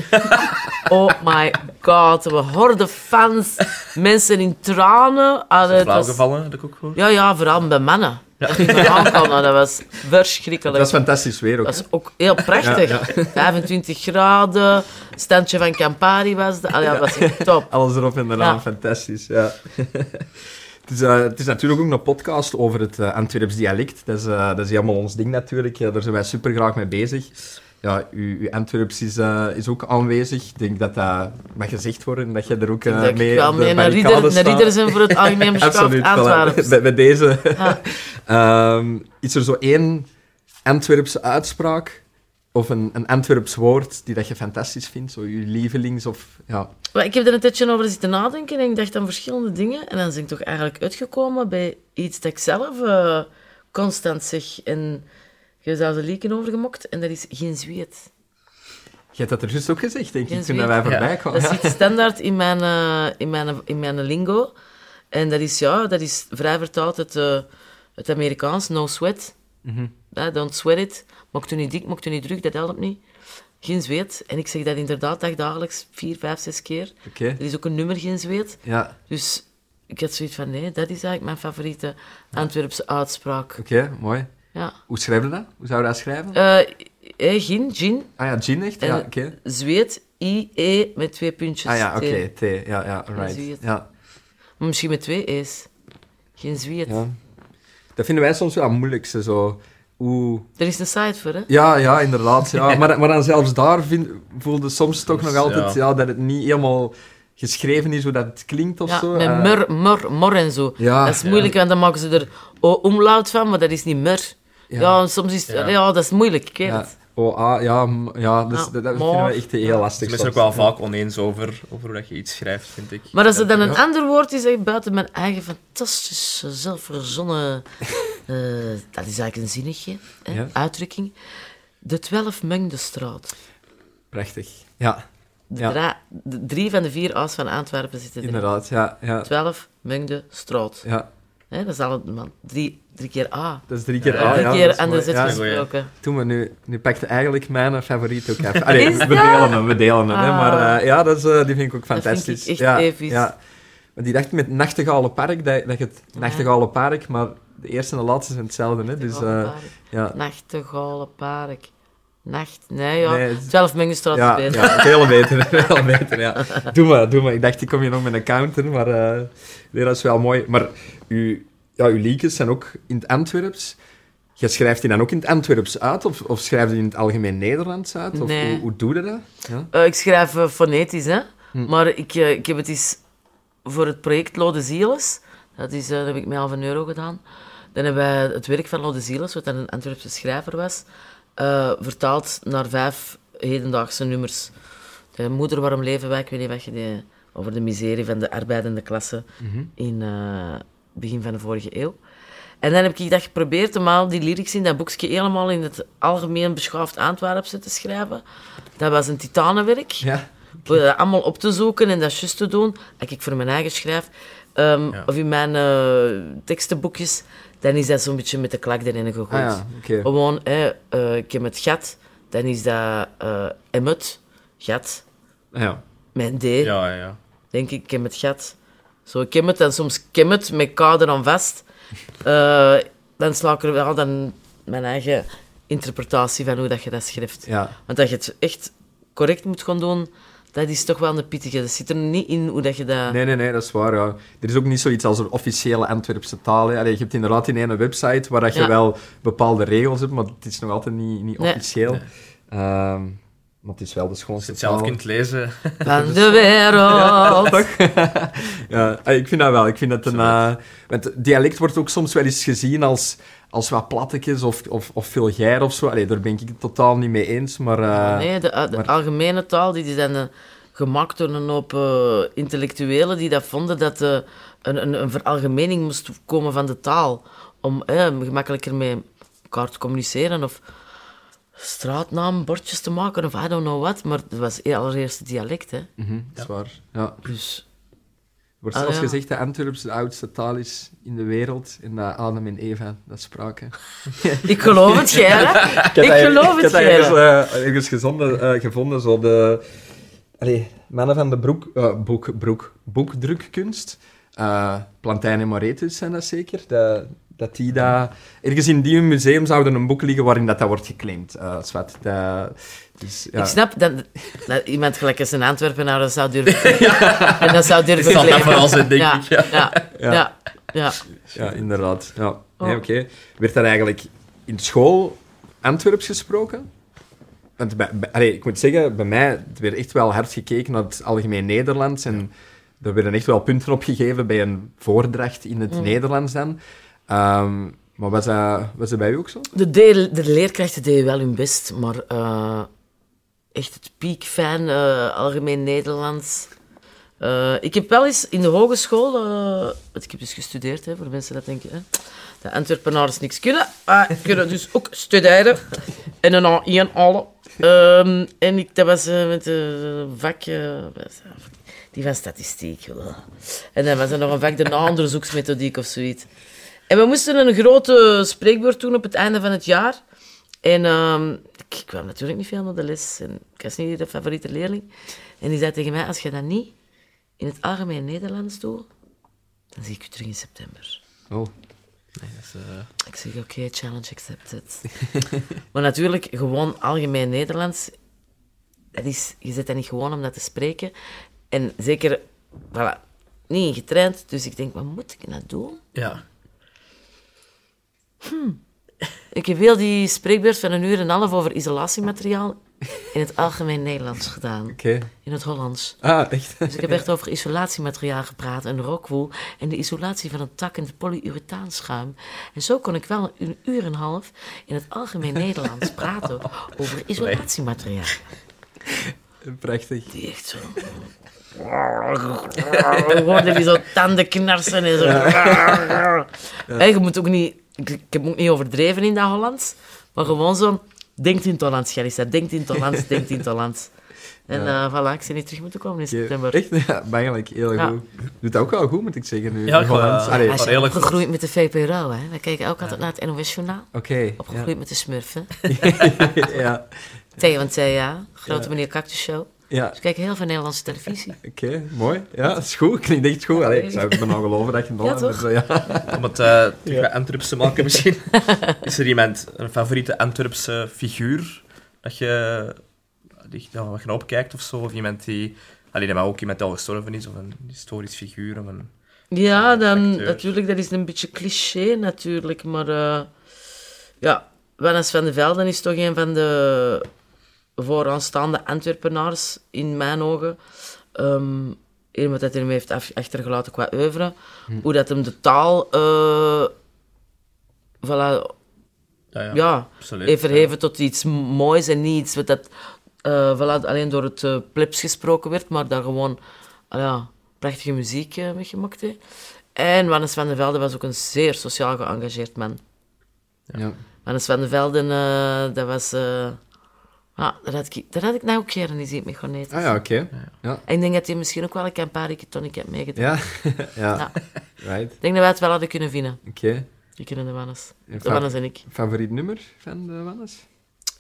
Oh my god, we hoorden fans, mensen in tranen. Ah,
Is er
het
flauw
was-
gevallen, heb ik ook gehoord.
Ja, ja, vooral bij mannen. Dat die vandaan kwamen, dat was
Dat
verschrikkelijk.
was fantastisch weer ook.
Dat is ook heel prachtig. 25 graden, standje van Campari was dat. Allee, ja, dat was echt top.
Alles erop en eraan,
Ja.
fantastisch. Ja. het, is, eh, het is natuurlijk ook een podcast over het eh, Antwerps dialect. Dat is, eh, dat is helemaal ons ding natuurlijk. Ja, daar zijn wij super graag mee bezig. Ja, uw, uw Antwerps is, eh, is ook aanwezig. Ik denk dat dat mag gezegd worden en dat je er ook eh,
Ik denk
mee
ik wel
op de
mee naar
barricade
Rieder, naar
staat.
Rieder zijn voor het algemeen
Absoluut,
beschaafd
voilà.
Antwerpen.
bij, bij deze.
Ja.
Ehm, is er zo één Antwerpse uitspraak of een, een Antwerps woord die dat je fantastisch vindt? Zo je lievelings of... Ja,
Maar ik heb er een tijdje over zitten nadenken en ik dacht aan verschillende dingen. En dan ben ik toch eigenlijk uitgekomen bij iets dat ik zelf eh, constant zeg. En ik heb zelfs een lieken overgemokt en dat is geen zweet.
je hebt dat er juist ook gezegd, denk
Geen
ik, toen dat wij
zweet.
voorbij
Ja.
kwamen.
Dat zit standaard in mijn, eh, in mijn, in mijn lingo. En dat is, ja, dat is vrij vertaald uit eh, het Amerikaans, no sweat. Ja, don't sweat it. Mocht u niet dik, mocht u niet druk, dat helpt niet. Geen zweet. En ik zeg dat inderdaad dagdagelijks vier, vijf, zes keer.
Oké,
Er is ook een nummer geen zweet.
ja,
Dus ik had zoiets van, nee, dat is eigenlijk mijn favoriete Antwerpse uitspraak.
oké, mooi.
Ja.
Hoe schrijf je dat? Hoe zou je dat schrijven?
Eh, eh, gin, gin,
ah ja, gin echt? Ja,
eh,
oké.
zweet, i, e, met twee puntjes.
Ah ja, oké,
thee.
thee. Ja, ja,
zie je het.
right. Ja,
Maar misschien met twee e's. Geen zweet.
ja. Dat vinden wij soms wel het moeilijkste, zo. Hoe...
Er is een site voor, hè?
Ja, ja, inderdaad. Ja. Maar, maar dan zelfs daar vind, voelde soms toch nog
Dus, Ja.
altijd ja. dat het niet helemaal geschreven is hoe dat het klinkt of
Ja,
zo.
met
Eh,
mur, mur, mor en zo.
Ja,
dat is moeilijk, want dan maken ze er o- omlaut van, maar dat is niet mur. Ja, soms is ja.
Ja.
dat is moeilijk, ik weet
ja.
het.
Oh, ah, ja, m- ja, dus,
Ah,
dat, dat
maar-
vinden we echt heel lastig.
Mensen zijn ook
soms.
wel vaak oneens over, over hoe dat je iets schrijft, vind ik.
Maar als er dan een
Ja.
ander woord is, echt buiten mijn eigen fantastische, zelfverzonnen... eh, dat is eigenlijk een zinnetje, hè,
Ja.
uitdrukking. De twaalf Mengdestraat.
Prachtig. Ja,
De,
Ja.
dra- de drie van de vier as van Antwerpen zitten erin.
inderdaad. Ja, ja,
Twaalf Mengdestraat.
ja.
Hè, dat is al een man. Drie, drie keer A.
Dat is drie keer
Ja,
A.
drie
Ah, ja, dat
keer dus
is mooi.
anders
Ja,
goeie.
uitgesproken.
Toen we nu, nu pakte eigenlijk mijn eh, favoriet ook even. Allee, we
Is dat?
delen hem, we delen hem. hè,
Ah.
Maar eh, ja, dat is, eh, die vind ik ook
vind ik
fantastisch.
echt
ja,
episch.
Ja. Want die dacht met Nachtegalenpark, dat, dat je het Nachtegalenpark, maar de eerste en de laatste zijn hetzelfde. Hè? Dus eh ja.
Nachtegalenpark. Nacht, nee ja.
Nee, het is-
Twaalf Mengdestraat
Ja,
is beter.
ja, veel beter, veel beter, ja. Doe maar, doe maar. Ik dacht, ik kom hier nog met een counter, maar eh, nee, dat is wel mooi. Maar uw, ja, uw liedjes zijn ook in het Antwerps. Je schrijft die dan ook in het Antwerps uit, of, of schrijf je die in het algemeen Nederlands uit? Of
Nee.
hoe, hoe doe je dat? Ja?
Eh, ik schrijf eh, fonetisch, hè. Maar ik, eh, ik heb het eens voor het project Lode Zieles. Dat, is, eh, dat heb ik met half een euro gedaan. Dan hebben wij het werk van Lode Zieles, wat dan een Antwerpse schrijver was, eh, eh, vertaald naar vijf hedendaagse nummers. De Moeder, waarom leven wij? Ik weet niet wat je die... Over de miserie van de arbeidende klasse in het begin van de vorige eeuw. En dan heb ik dat geprobeerd om al die lyrics in dat boekje helemaal in het algemeen beschaafd Antwerpse te schrijven. Dat was een titanenwerk.
Ja.
Door dat eh, allemaal op te zoeken en dat juist te doen, dat ik voor mijn eigen schrijf, ehm,
Ja.
of in mijn eh, tekstenboekjes, dan is dat zo'n beetje met de klak erin gegooid.
Ah ja, oké.
Gewoon, hè, eh, ik heb het gat, dan is dat eh emmet, gat,
Ja.
mijn D,
Ja, ja, ja.
denk ik, ik heb het gat. Zo, ik heb het, en soms ik heb het, met kouder aan vast. Eh, dan sla ik er wel dan mijn eigen interpretatie van hoe dat je dat schrijft.
Ja.
Want dat je het echt correct moet gaan doen, dat is toch wel een pittige. Dat zit er niet in hoe dat je dat...
Nee, nee, nee, dat is waar. Ja. Er is ook niet zoiets als een officiële Antwerpse taal. Hè. Allee, je hebt inderdaad in een website waar dat je
Ja.
wel bepaalde regels hebt, maar het is nog altijd niet, niet
Nee.
officieel. Ehm, maar het is wel de schoonste
Het zelf
taal.
kunt lezen.
Van de wereld.
Ja, eh, ik vind dat wel. Ik vind dat een, eh, want dialect wordt ook soms wel eens gezien als, als wat plattekjes of, of, of vulgair of zo. Allee, daar ben ik het totaal niet mee eens, maar... eh,
Nee, de, de
maar-
algemene taal, die die zijn eh, gemaakt door een hoop eh, intellectuelen die dat vonden dat eh, een, een, een veralgemening moest komen van de taal. Om eh, gemakkelijker met elkaar te communiceren of straatnaam, bordjes te maken of I don't know what. Maar het was allereerst het dialect, hè.
mhm, dat is waar. Ja. Er
Dus...
wordt
Ah,
zelfs
ja.
gezegd dat Antwerps de oudste taal is in de wereld. En dat Adam en Eva dat spraken.
Ik geloof het, jij.
heb
Ik
dat-
geloof
ik heb
het,
dat
Gerard.
ergens, eh, ergens gezonden, eh, gevonden, zo de... Allee, mannen van de broek, eh, boek, broek, boekdrukkunst. eh, Plantijn en Moretus zijn dat zeker. Dat, dat die daar... Ergens in die museum zouden een boek liggen waarin dat, dat wordt geclaimd. eh zwart. Dat, dus, ja.
Ik snap dat, dat iemand gelijk als een Antwerpenaar dat zou durven En dat zou durven
Het zal dat
claimen.
vooral zijn, denk ik.
Ja, ja,
Ja.
ja. ja, ja.
Ja, inderdaad. Ja. Nee,
Oh.
oké. Werd dat eigenlijk in school Antwerps gesproken? Want bij, bij- allee, ik moet zeggen, bij mij het werd echt wel hard gekeken naar het algemeen Nederlands. En er werden echt wel punten opgegeven bij een voordracht in
Mm.
het Nederlands dan. Ehm, maar was dat, was dat bij u ook zo?
De, de, de leerkrachten deden wel hun best, maar eh, echt het piekfijn, eh, algemeen Nederlands. Eh, ik heb wel eens in de hogeschool, eh, want ik heb dus gestudeerd, hè, voor mensen dat denken, hè, de Antwerpenaars niks kunnen, maar kunnen dus ook studeren en een A1 halen. Ehm, en ik, dat was eh, met een vak, eh, was- die van statistiek. wel. En dan was er nog een vak, de na-onderzoeksmethodiek of zoiets. En we moesten een grote spreekbeurt doen op het einde van het jaar. En ehm, ik ik kwam natuurlijk niet veel naar de les. En ik was niet de favoriete leerling. En die zei tegen mij, als je dat niet in het algemeen Nederlands doet, dan zie ik je terug in september.
Oh.
Dus, eh,
Ik zeg, oké, challenge accepted. maar natuurlijk, gewoon algemeen Nederlands, dat is, je zit dat niet gewoon om dat te spreken. En zeker, voilà, niet in getraind. Dus ik denk, wat moet ik nou doen?
ja.
Ik heb heel die spreekbeurt van een uur en een half over isolatiemateriaal in het algemeen Nederlands gedaan.
Oké.
In het Hollands.
Ah, echt?
Dus ik heb echt over isolatiemateriaal gepraat en rockwool en de isolatie van een tak en het polyuretaanschuim. En zo kon ik wel een uur en een half in het algemeen Nederlands praten over isolatiemateriaal.
Prachtig.
Die echt zo... Worden die zo tanden knarsen en zo... Hey, je moet ook niet... Ik, ik heb ook niet overdreven in dat Hollands. Maar gewoon zo... Denkt in het Hollands, Gerissa. Denkt in het Hollands, denkt in het Hollands. En eh voilà, ik zit niet terug moeten komen in september.
Echt? Ja, eigenlijk heel
Ja.
goed. Doet dat ook wel goed, moet ik zeggen. Nu.
Ja, ik wel.
Hollands. Allee,
Hij
Oké.
Ja.
is
Redelijk goed.
opgegroeid met de VPRO, hè. We keken ook altijd naar het NOS Journaal.
ja.
Opgegroeid met de smurfen.
ja.
Theo en Thea. Grote meneer Cactus Show.
ja.
Dus we keken heel veel Nederlandse televisie.
Oké, mooi. Ja, dat is goed. Klinkt echt goed. Allee, ik zou het bijna geloven dat je het
Ja,
al-
toch?
dus, Ja.
Om het eh terug bij Antwerps te maken misschien. Is er iemand, een favoriete Antwerpse figuur, dat je, die, ja, wat je naar opkijkt of zo? Of iemand die, alleen maar ook iemand die al gestorven is, of een historisch figuur. Of een,
Ja, dan
acteur.
natuurlijk, dat is een beetje cliché natuurlijk, maar eh ja, Wannes van de Velden is toch een van de vooraanstaande Antwerpenaars in mijn ogen. Ehm een wat dat hij hem heeft af- achtergelaten qua oeuvre, hoe dat hem de taal eh voilà,
Ja, ja.
ja,
absoluut.
heeft verheven tot iets m- moois en niet iets wat dat eh, voilà, alleen door het eh, plebs gesproken werd, maar daar gewoon ah ja, prachtige muziek eh, mee gemaakt heeft. En Wannes van der Velde was ook een zeer sociaal geëngageerd man.
Ja.
Wannes van der Velde, eh, dat was... eh, ah, dat, had ik, dat had ik nou ook keren gezien met Goneet.
Ah ja, oké.
En ik denk dat hij misschien ook wel een Campari Tonic heeft meegedaan.
Ja. ja.
Ja.
Right.
Ik denk dat wij het wel hadden kunnen vinden.
Oké.
Die kunnen de Wannes.
En
De
fa-
Wannes en ik.
favoriet nummer van de Wannes?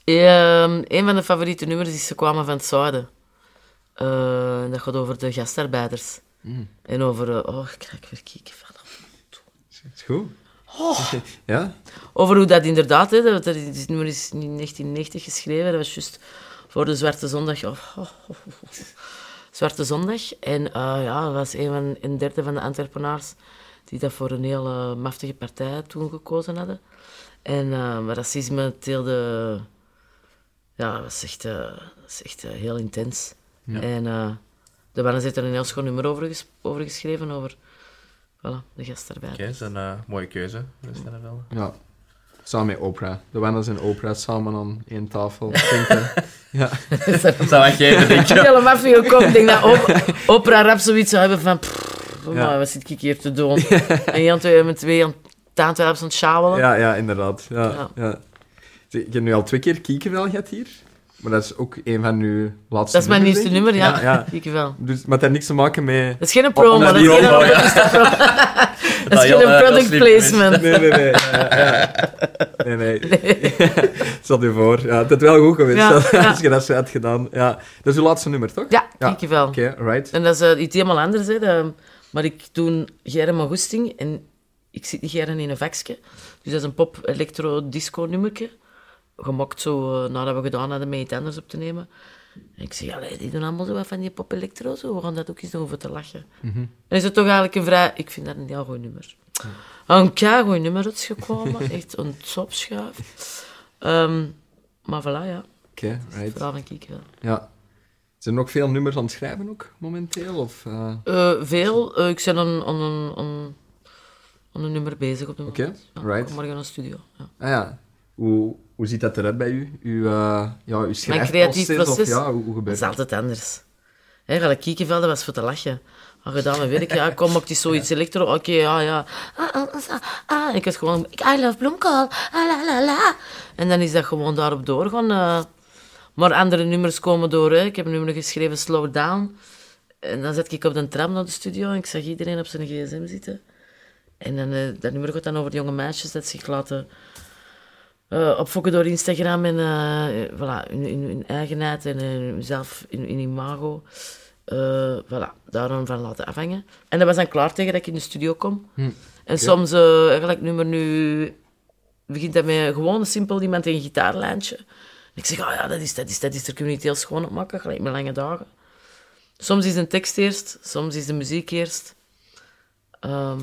Ehm, een van de favoriete nummers is Ze kwamen van het zuiden. Eh, en dat gaat over de gastarbeiders. En over... eh, oh, ik krijg weer kieken van.
Is het goed?
Oh.
Ja?
Over hoe dat inderdaad... Hè, dat, dat, dit nummer is in 1990 geschreven. Dat was juist voor de Zwarte Zondag. Oh, oh, oh, oh. Zwarte Zondag. En eh, ja, dat was een, van, een derde van de Antwerpenaars die dat voor een heel eh, maftige partij toen gekozen hadden. En eh, racisme teelde... Ja, dat was echt, eh, dat is echt eh, heel intens. En eh de Wannes heeft er een heel schoon nummer over, ges- over geschreven, over voilà, de gastarbeiders.
Oké, dat is een eh, mooie keuze. Dat is dan wel.
Ja. Samen met Oprah. De Wannes en Oprah samen aan één tafel drinken. ja.
Dat zou echt jij denken.
Ik heb helemaal veel gekomen. Ik denk dat op, Oprah Rap zoiets zou hebben van... pff,
Ja.
maar wat zit ik hier te doen? En Jan twee met twee aan het aan het sjouwen.
ja, ja, inderdaad. Ja,
Ja.
ja. Zie, Ik heb nu al twee keer Kiekenvel gehad hier. Maar dat is ook een van uw laatste
Dat is mijn
nummers,
nieuwste nummer,
denk ik.
ja.
ja,
Zie ik wel.
ja. Dus, maar het heeft niks te maken met...
Dat is geen
Oh,
promo,
omdat
dat is
die Nou,
geen,
promo, ja.
dat is geen promo. Dat is
heel, eh,
geen
dat is
product
lief,
placement.
Nee, nee, nee. Ja, ja, ja. Nee, nee. Zat u voor. Ja, het had wel goed geweest
Ja, ja.
als je dat zo had gedaan. Ja. Dat is uw laatste nummer, toch?
Ja,
Ja.
zie ik wel.
Oké, right.
En dat is eh, iets helemaal anders. Hè. Dat- maar ik doe Gerren Magusting en ik zit niet Gerren in een vakje. Dus dat is een pop-electro-disco-nummerke. Gemokt zo eh, nadat we gedaan hadden met iets anders op te nemen. En ik zeg, allee, die doen allemaal zo wat van die pop-electro. Zo. We gaan dat ook eens doen voor te lachen. Dan is het toch eigenlijk een vrij... Ik vind dat een heel goed nummer. Een keigoed nummer is gekomen. Echt een topschuif. Ehm, maar voilà, ja.
Oké, right.
Vooral van Kieken wel.
Ja. Zijn er nog veel nummers aan het schrijven ook, momenteel? Of, eh,
Eh, veel. Eh, ik ben aan, aan, een- aan, aan een nummer bezig op de moment.
Oké,
Ja,
right.
ik kom morgen naar de studio. Ja.
Ah ja. Hoe, hoe ziet dat eruit bij u? Uw, eh ja, uw schrijfproces?
creatief proces?
Of, ja, hoe, hoe
Dat
gebeurt
is
dat?
altijd anders. Hè, Galle Kiekenveld, dat was voor te lachen. Had gedaan mijn werk, ja, kom, maak die zoiets elektro. Oké, ja, ja. Ah, ah, ah, ah, ah. Ik had gewoon, ik- I love bloemkool, ah, la, la, la. En dan is dat gewoon daarop doorgaan. eh. Maar andere nummers komen door, hè. Ik heb een nummer geschreven, Slow Down. En dan zet ik op de tram naar de studio en ik zag iedereen op zijn gsm zitten. En dan, eh, dat nummer gaat dan over jonge meisjes dat zich laten eh, opfokken door Instagram en eh, eh, voilà, hun, hun, hun eigenheid en hun zelf, hun, hun imago. Eh, voilà, daarom van laten afhangen. En dat was dan klaar tegen dat ik in de studio kom. en soms, eh, eigenlijk nummer nu, begint dat met gewoon simpel iemand een gitaarlijntje. En ik zeg, ah ja, dat is, dat is, dat is, daar kunnen we niet heel schoon op maken, gelijk met lange dagen. Soms is een tekst eerst, soms is de muziek eerst. Ehm,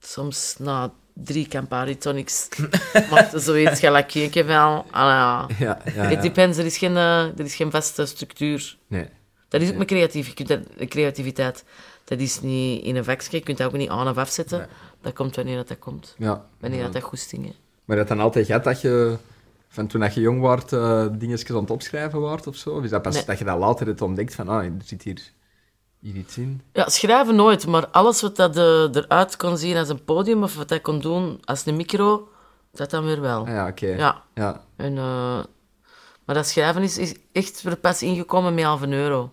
soms na drie Campari tonics maakt er zoiets gelijk wel. Ah, ja.
Ja, ja,
Het
ja.
depends, er is, geen, eh, er is geen vaste structuur.
Nee.
Dat is ook mijn creatief. Je kunt dat- creativiteit. Dat is niet in een vakje, je kunt dat ook niet aan of afzetten. Dat komt wanneer dat, dat komt.
Ja.
Wanneer dat, dat goesting is.
Maar dat dan altijd gaat dat je van toen dat je jong was eh dingetjes aan het opschrijven was of zo? Of is dat pas
Nee.
dat je dat later het ontdekt van, ah, er zit hier, hier iets in?
Ja, schrijven nooit, maar alles wat dat, eh, eruit kon zien als een podium of wat dat kon doen als een micro, dat dan weer wel.
Ah ja, oké.
Ja.
Ja.
En, eh, maar dat schrijven is, is echt weer pas ingekomen met half een euro.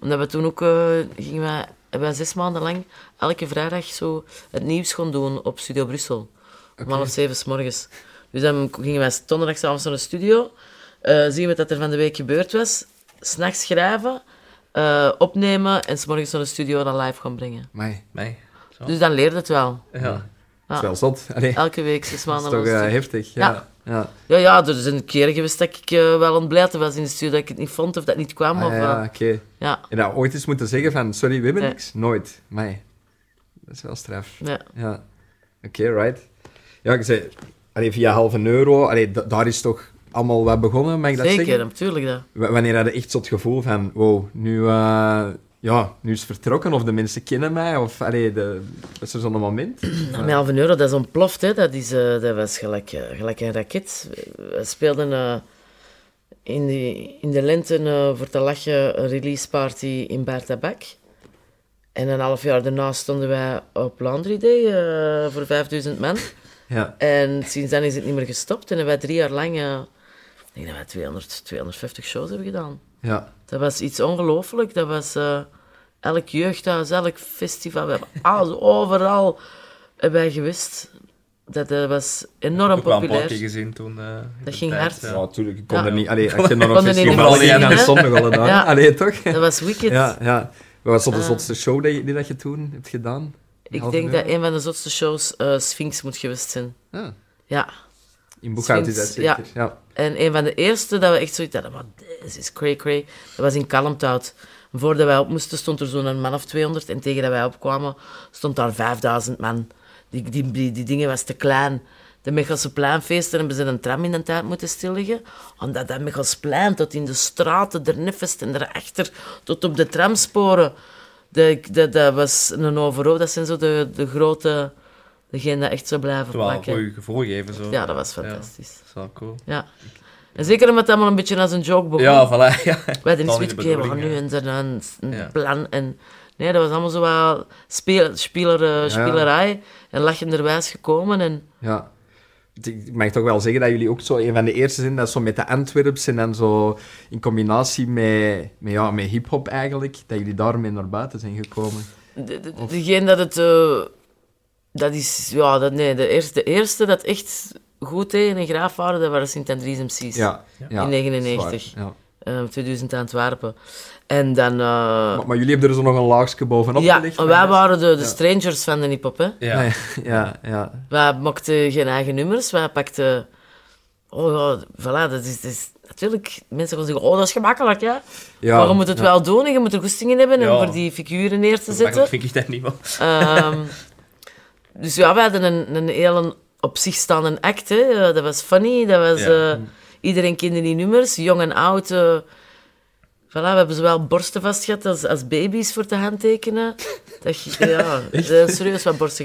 Omdat we toen ook, eh, gingen wij, hebben wij zes maanden lang elke vrijdag zo het nieuws gaan doen op Studio Brussel. Om half zeven s morgens. Dus dan gingen wij donderdagavond naar de studio, eh, zien wat dat er van de week gebeurd was, s'nachts schrijven, eh, opnemen en s'morgens naar de studio en dan live gaan brengen.
Amai.
Nee. Zo.
Dus dan leerde het wel.
Ja.
Dat is
Ja.
wel zot. Allee, dat
Elke week zes
is
maanden
toch
naar de
eh,
studio.
heftig. Ja.
Ja.
Ja.
Ja, ja, er is een keer geweest dat ik eh, wel aan het blijten was in de studio, dat ik het niet vond of dat het niet kwam.
Ah,
of, eh,
ja,
ja.
oké. En dat ooit eens moeten zeggen van, sorry, we hebben
Nee.
niks? Nooit. Amai. Dat is wel straf.
ja.
Ja, oké, right. Ja, ik zei, allee, via halve euro, allee, da- daar is toch allemaal wat begonnen, mag ik dat
Zeker,
zeggen?
natuurlijk. Dat.
W- wanneer had je echt zo'n gevoel van, wow, nu, eh, ja, nu is het vertrokken of de mensen kennen mij. Of, allee, de, is er zo'n moment?
Nou, met half een euro, dat is ontploft. Hè. Dat, is, eh, dat was gelijk, eh, gelijk een raket. We speelden eh, in, die, in de lente eh, voor te lachen een release party in Baartabak. En een half jaar daarna stonden wij op Laundry Day eh, voor 5000 man.
Ja.
En sinds dan is het niet meer gestopt. En hebben wij drie jaar lang, eh, ik denk dat wij 200, 250 shows hebben gedaan.
Ja.
Dat was iets ongelooflijk. Dat was eh, elk jeugdhuis, elk festival. We hebben alles, overal hebben wij gewist. Dat eh, was enorm
Ook wel een
populair.
paar keer gezien toen. eh, in
Dat
de
ging
tijd,
hard.
ja.
Ja, natuurlijk. Ik kon
Ja.
er niet... Allee, als je nog
kon
op
er niet
festival
van
ging,
zingen,
dat
hè?
zondag al gedaan.
Ja.
Allee, toch?
Dat was wicked.
Ja, ja. Wat was op de
Eh.
zotste show die, die dat je toen hebt gedaan?
Ik
Half
denk
uur?
dat een van de zotste shows eh, Sphinx moet geweest zijn.
Ah,
Ja.
in Boekhout is dat
Sphinx,
zeker. Ja.
En een van de eerste dat we echt zoiets hadden, wat dit is cray cray, dat was in Kalmthout. Voordat wij op moesten stond er zo'n man of 200 en tegen dat wij opkwamen stond daar 5000 man. Die, die, die, die dingen was te klein. De Mechelse pleinfeesten hebben ze een tram in de tijd moeten stilleggen, omdat dat Mechelsplein tot in de straten, er neffest en erachter, tot op de tramsporen. De, de, dat was een overhoop, dat zijn zo de, de grote, degene die echt zo blijven
Het wel een
plakken.
goed gevoel geven. Zo.
Ja, dat was fantastisch.
Dat is wel cool.
Ja. En zeker omdat het allemaal een beetje als een joke begon.
Ja, voilà. Ja.
We hadden
Totaal
niet
niet
zoiets
de
oké, we gaan nu
bedoeling,
en dan een, een
Ja.
plan. En, nee, dat was allemaal zo wel speel, speler, eh, spelerij. En lachenderwijs gekomen. En,
Ja. Ik- Ik mag toch wel zeggen dat jullie ook zo een van de eerste zijn, dat zo met de Antwerps en dan zo in combinatie met, met, ja, met hip-hop eigenlijk, dat jullie daarmee naar buiten zijn gekomen.
de, de- degene dat het... eh, dat is... Ja, dat, nee, de eerste, de eerste dat echt goed tegen en graaf waren, dat waren Sint-Andries MC's.
Ja, ja,
In 99.
zwaar, ja.
Eh, 2000 aan Antwerpen. En dan... eh,
Maar, maar jullie hebben er zo nog een laagje bovenop
ja,
gelegd.
wij
maar-
waren de, de
Ja.
strangers van de hip-hop, hè.
Ja.
Ja,
Ja.
ja, ja.
Wij maakten geen eigen nummers, wij pakten... Oh ja, voilà, dat is... Dat is natuurlijk, mensen gaan zeggen, oh, dat is gemakkelijk, hè.
ja.
maar je moet het wel doen en je moet er goesting in hebben
Ja.
en voor die figuren neer te
Dat
zetten.
makkelijk vind ik dat niet wel.
Ehm, dus ja, we hadden een, een hele op zich staande act, hè. Eh, Dat was funny, dat was...
Ja.
eh, iedereen kende die nummers, jong en oud. eh. voilà, we hebben zowel borsten vast gehad als, als baby's voor te handtekenen. Dat, ge- ja, er zijn serieus wat borsten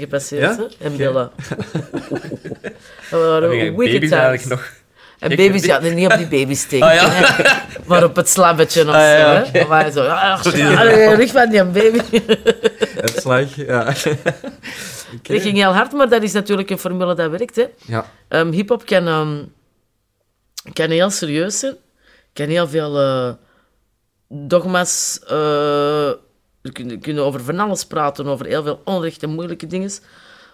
Ja?
gepasseerd, hè. En billen. Dat waren
Dan ging
wicked
baby's
times.
eigenlijk nog.
En
Ik-
baby's, ja, nee, niet op die baby's steken,
Ah, ja.
hè. maar op het slabbetje of
Ah, ja,
zo. Hè. Dan waren ze zo, ah, allee, weg van die baby.
Het slag, ja. Oké.
Dat ging heel hard, maar dat is natuurlijk een formule dat werkt. Hè.
Ja,
Ehm, Hip-hop kan, ehm, kan heel serieus zijn, kan heel veel eh, dogma's. eh we kunnen, we kunnen over van alles praten, over heel veel onrecht en moeilijke dingen.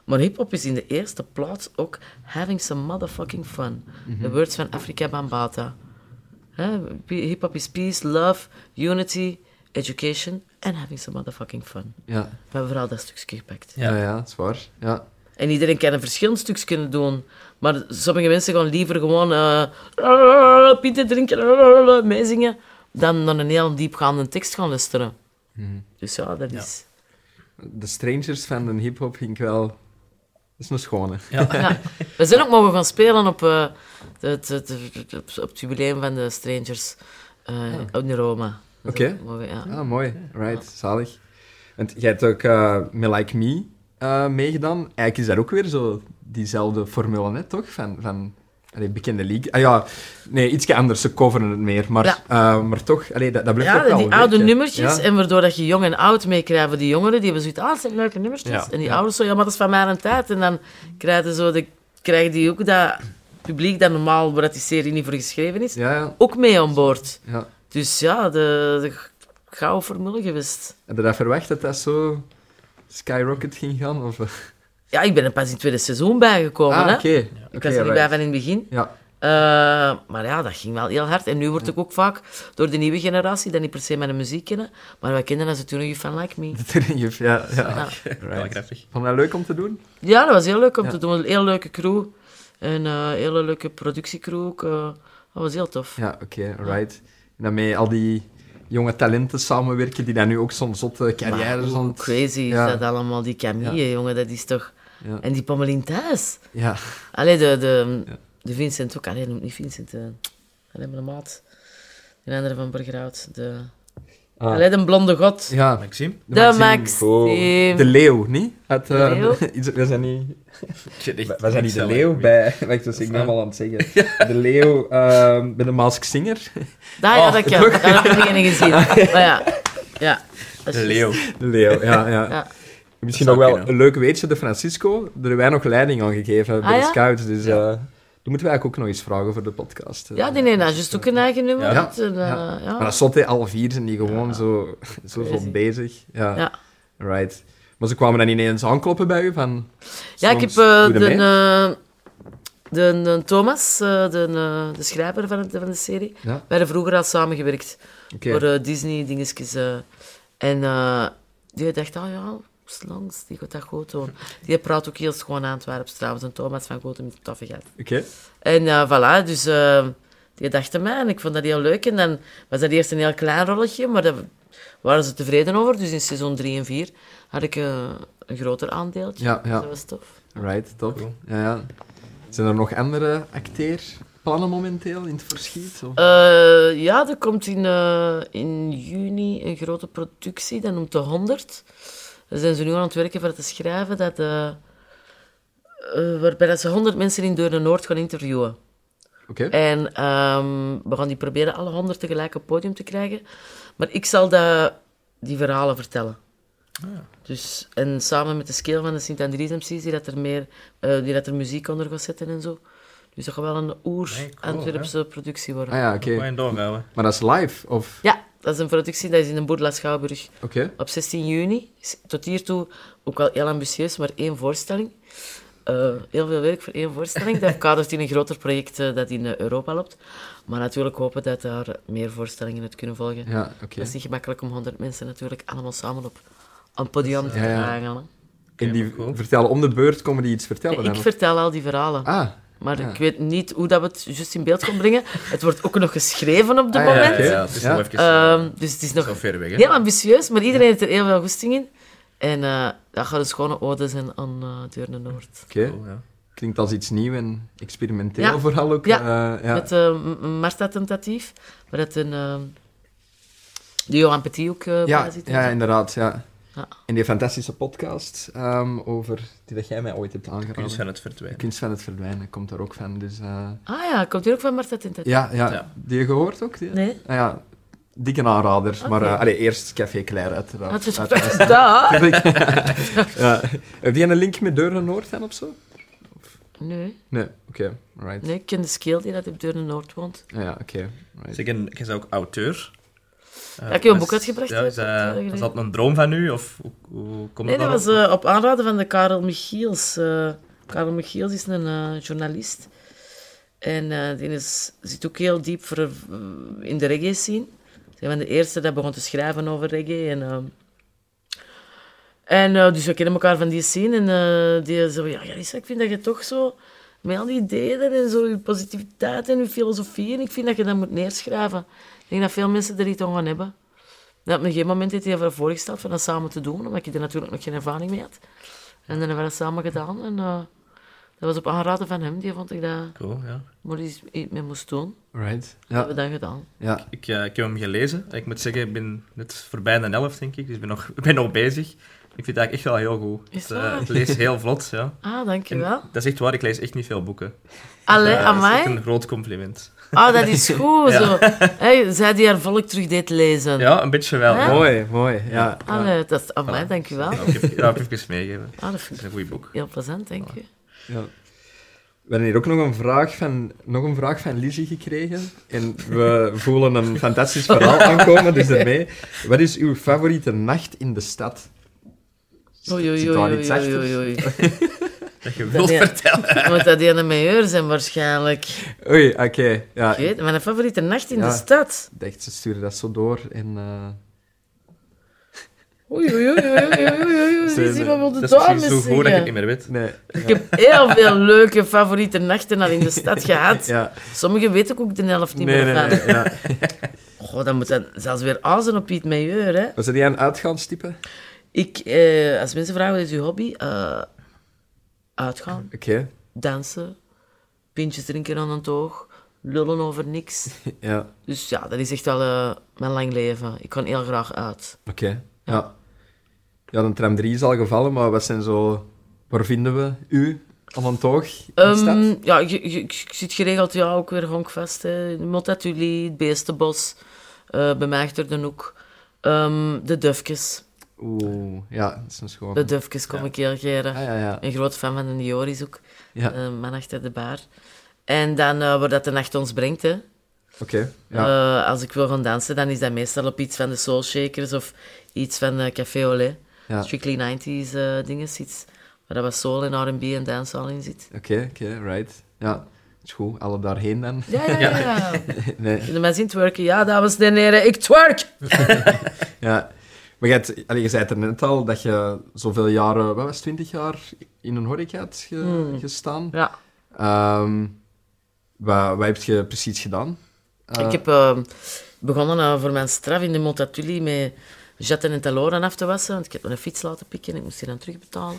Maar hip-hop is in de eerste plaats ook having some motherfucking fun. De words van Afrika Bambata. Hè, p- Hip-hop is peace, love, unity, education and having some motherfucking fun.
ja,
We hebben vooral dat stukje gepakt.
ja,
Ja.
ja, het is waar. Ja.
En iedereen kan een verschillend stukje kunnen doen. Maar sommige mensen gaan liever gewoon eh pinten drinken, eh, meezingen, dan naar een heel diepgaande tekst gaan luisteren. Dus ja, dat is...
De strangers van de hip-hop ging ik wel... Dat is een schone.
Ja. We zijn ook mogen gaan spelen op, eh, het, het, het- het- op het jubileum van de Strangers eh in Roma. Dus
Oké.
dat mogen- ja.
Ah, mooi. Right, zalig. Want jij hebt ook eh met Like Me eh, meegedaan. Eigenlijk is dat ook weer zo diezelfde formule, net toch? Van, van allee, bekende league. Ah ja, nee, iets anders. Ze coveren het meer. Maar,
Ja.
eh, maar toch, allee, dat, dat blijft
Ja,
ook wel
die
werken.
oude nummertjes.
Ja.
En waardoor dat je jong en oud meekrijgt voor die jongeren. Die hebben zoiets ah, dat zijn leuke nummertjes.
Ja,
en die
ja.
ouders zo, ja, maar dat is van mijn tijd. En dan krijgen, zo de, krijgen die ook dat publiek dat normaal, waar dat die serie niet voor geschreven is,
Ja, ja.
ook mee aan boord.
ja.
Dus ja, de, de g- gouden formule geweest.
Had je dat verwacht, dat dat zo skyrocket ging gaan? Of... eh?
Ja, ik ben er pas in het tweede seizoen bijgekomen.
ah,
hè.
oké. Oké,
Ik was er niet bij
right.
van in het begin.
Ja,
Eh, maar ja, dat ging wel heel hard. En nu word ik ook vaak door de nieuwe generatie, die niet per se mijn muziek kennen, maar wij kennen dat ze toen een van Like Me.
ja, ja. ja.
Ja.
Wel
Right.
grappig.
Vond je dat leuk om te doen?
Ja, dat was heel leuk om
Ja.
te doen. Een heel leuke crew. En eh een hele leuke productiecrew ook. eh. dat was heel tof.
Ja, oké, right. En dan met al die jonge talenten samenwerken die dan nu ook zo'n zotte
Maar
carrière
hoe
zijn.
crazy
Ja.
is dat allemaal, die Camille, jongen. Dat is toch...
Ja.
En die Pommelien thuis.
Ja,
Allee, de, de,
Ja.
de Vincent ook. Allee, noem niet Vincent. eh. Allee, mijn maat. De andere van Bergerhout. De...
Ah.
Allee, de blonde god.
Ja,
Maxime?
de
Ah, Maxime.
Max.
Oh.
Die-
de leeuw, niet? Uit, eh,
De
iets- we zijn niet, we we zijn niet de
Excel,
leeuw
hè.
bij... Wat ik dus ik ben al aan het zeggen. De leeuw ehm, bij de Mask Singer.
Daar,
Oh,
ja, dat kan. Daar heb ik degene gezien. Maar ja. ja. dat is
De leeuw.
De leeuw, ja. ja.
Ja.
Misschien
Dat
nog
zou
wel
kunnen.
een leuk weetje. De Francisco, daar hebben wij nog leiding aan gegeven bij
Ah,
de
ja?
scouts. Dus
Ja.
eh, die moeten we eigenlijk ook nog eens vragen voor de podcast. eh.
Ja, die neemt daar juist ook een eigen nummer.
Ja.
En, eh,
Ja.
ja.
Maar dat zot, hè, alle vier zijn die gewoon zo, zo
Crazy.
veel bezig. Ja.
Ja.
Right. Maar ze kwamen dan ineens aankloppen bij u van...
Ja, ik heb
soms,
eh,
doe
de,
je mee?
eh, de, de Thomas, eh, de, eh, de schrijver van, het- van de serie.
Ja.
We hebben vroeger al samengewerkt
Oké.
voor eh, Disney dingetjes. eh. en eh, die dacht, oh ja, langs, die gaat dat goed doen. Die praat ook heel schoon Antwerps trouwens. En Thomas van Goten is een toffe gast.
Oké.
En eh, voilà, dus eh, die dachten mij en ik vond dat heel leuk. En dan was dat eerst een heel klein rolletje, maar daar waren ze tevreden over. Dus in seizoen 3 en 4 had ik eh, een groter aandeeltje.
Ja, ja.
Dus dat was tof.
Right, top. Ja, ja. Zijn er nog andere acteerplannen momenteel in het verschiet? Of?
Eh, ja, er komt in, eh, in juni een grote productie, dat noemt de 100. Daar zijn ze nu aan het werken voor het te schrijven, dat, eh, eh, waarbij dat ze 100 mensen in Deuren Noord gaan interviewen.
Oké.
En ehm, we gaan die proberen alle 100 tegelijk op het podium te krijgen. Maar ik zal dat, die verhalen vertellen. Dus, en samen met de scale van de Sint-Andries MC's, die, dat er meer, eh, die dat er muziek onder gaat zetten en zo. Dus dat gaat wel een
Nee, cool,
oer-Antwerpse productie worden.
Ah ja, oké.
Moet je doorhouden.
Maar dat is live, of...
Ja, dat is een productie, dat is in de Boerla Schouwburg
Oké.
op 16 juni. Is Tot hiertoe ook wel heel ambitieus, maar één voorstelling. Eh, heel veel werk voor één voorstelling. Dat kadert in een groter project eh, dat in eh, Europa loopt. Maar natuurlijk hopen dat daar meer voorstellingen uit kunnen volgen.
Ja, oké.
Dat is niet gemakkelijk om 100 mensen natuurlijk allemaal samen op een podium te
Dus, eh, Ja, ja.
dragen. hè.
En die
maar cool.
vertellen om de beurt, komen die iets vertellen
Ik
dan? of-
vertel al die verhalen.
Ah,
Maar
ja.
ik weet niet hoe dat we het juist in beeld gaan brengen. Het wordt ook nog geschreven op dit
Ah, ja,
moment.
Ja,
Oké.
ja, het is
Ja.
nog even eh,
Ehm, dus het is nog
zo ver weg, hè.
Heel ambitieus, maar iedereen heeft er heel veel goesting in. En eh, dat gaat een schone ode zijn aan eh Deurne Noord.
oké.
Cool, Oh, ja.
Klinkt als iets nieuw en experimenteel
Ja.
vooral ook.
Ja.
Eh, ja.
Met eh, M- M- Marta Tentatief, waar dat een, eh, de Johan Petit ook eh,
ja,
bij zit. en
ja,
zo.
inderdaad. Ja.
Ja.
En die fantastische podcast ehm, over die dat jij mij ooit hebt aangeraden.
Kunst van het
De
verdwijnen.
kunst van het verdwijnen komt er ook van. Dus, eh,
Ah ja, komt hier ook van Marta Tentatief?
ja, ja,
Ja.
die je gehoord ook? Die?
Nee?
Ah, ja, dikke aanrader.
Oké.
Maar eh, allee, eerst Café Claire, uiteraard.
Dat is
Uiteraard.
daar.
ja. Heb je een link met Deuren Noord dan of zo?
Nee,
Nee, oké. Right. Ah,
nee, ik ken de skill die dat op Deurne Noord woont.
Ja, oké. right.
Zeg, en jij bent ook auteur. Eh,
Ja, ik heb een
was-
boek uitgebracht,
Ja, is,
hè,
dat-
dat-
was dat een droom van u? Of hoe, hoe komt
Nee,
het
dat was eh, op aanraden van de Karel Michiels. Eh, Karel Michiels is een eh, journalist. En eh, die is, zit ook heel diep voor, eh, in de reggae scene. Ze van de eerste dat begon te schrijven over reggae. En, ehm, en eh, dus we kennen elkaar van die scene. En eh, die zei, ja Jarissa, ik vind dat je toch zo... Met al die ideeën en zo, je positiviteit en je filosofie. En ik vind dat je dat moet neerschrijven. Ik denk dat veel mensen er iets aan gaan hebben. Ja, op een gegeven moment heeft hij ervoor voorgesteld van dat samen te doen, omdat ik er natuurlijk nog geen ervaring mee had. En dan hebben we dat samen gedaan. En eh, dat was op aanraden van hem, die vond ik dat
Cool, ja.
maar iets iets mee moest doen.
Right.
Dat
Ja,
hebben we dat gedaan.
ja.
Ik, eh, ik heb hem gelezen. Ik moet zeggen, ik ben net voorbij de elf, denk ik. Dus ik ben nog, ik ben nog bezig. Ik vind het eigenlijk echt wel heel goed.
Is
het, eh,
waar?
het leest heel vlot, ja.
Ah,
En
dankjewel.
dat is echt waar, ik lees echt niet veel boeken.
Allee,
Eh, dat is echt
amai.
een groot compliment.
Ah, dat is goed zo. Hey, zij die haar volk terug deed lezen.
Ja, een beetje wel.
Ja?
ja.
Mooi, mooi. Ja.
Allee, dat is amai,
Voilà.
dankjewel.
Dat wil ik even- dat wil ik even meegeven.
Ah, dat
Het
vind
is
ik
een goed boek.
heel plezant, denk je.
Ja. We hebben hier ook nog een vraag van, nog een vraag van Lizzie gekregen. En we voelen een fantastisch verhaal aankomen, dus daarmee. Wat is uw favoriete nacht in de stad?
Oei,
Zit
oei,
daar
oei,
iets
oei,
achter?
oei, oei.
Dat je
Dat
wilt
die-
vertellen.
Moet dat die aan de majeur zijn, waarschijnlijk.
Oei, oké. Ja,
Ik weet, mijn favoriete nacht in
Ja.
de stad.
ik dacht, ze sturen dat zo door. En, eh,
Oei, oei, oei, oei, oei, oei, oei, oei. Wie ziet wat wil de
Dat is
dame
misschien zo goed dat je
zeggen?
het niet meer weet.
Nee.
Ik heb heel veel leuke favoriete nachten al in de stad gehad.
Ja.
Sommigen weten ook de helft niet
Nee, nee,
meer van.
nee. Ja.
Goh, dan moet dat zelfs weer azen op Piet Meijeur, hè.
Was dat jij een uitgaanstype? Oké.
Ik, eh, als mensen vragen, wat is uw hobby? Eh, uitgaan, dansen, pintjes drinken aan het oog, lullen over niks.
Ja,
Dus ja, dat is echt wel eh, mijn lang leven. Ik kan heel graag uit.
oké. Ja. ja, dan tram 3 is al gevallen, maar wat zijn zo... Waar vinden we u aan een toog in de stad?
Ehm, ja, je, je, ik zit geregeld ja, ook weer honkvast. Hè. De Multatuli, het Beestenbos, eh bij mij achter de hoek. Ehm, de Dufkes.
Oeh, ja, dat is een schoon.
De Dufkes kom ik heel
Ah,
graag.
ja, ja.
Een groot fan van de Dioris ook.
Ja,
Eh, man achter de baar. En dan eh, waar dat de nacht ons brengt, hè.
oké. Ja.
Eh, als ik wil gaan dansen, dan is dat meestal op iets van de Soul Shakers of iets van eh, Café Olé.
Ja.
Strictly 90s eh dingen, iets waar dat wat soul en R&B en dancehall in zit.
Oké, oké, right. Ja, is goed. Alle daarheen dan.
Ja, ja, ja. ja.
nee,
Kunnen mensen in twerken? Ja, dames en heren, ik twerk!
ja. Maar je, hebt, allee, je zei het er net al, dat je zoveel jaren, wat was het, 20 jaar in een horeca hebt ge-
Hmm.
gestaan.
Ja,
Ehm, wat, wat heb je precies gedaan? Eh,
ik heb eh, begonnen eh, voor mijn straf in de Montatuli met jatten en taloren af te wassen, want ik heb mijn fiets laten pikken en ik moest die dan terugbetalen.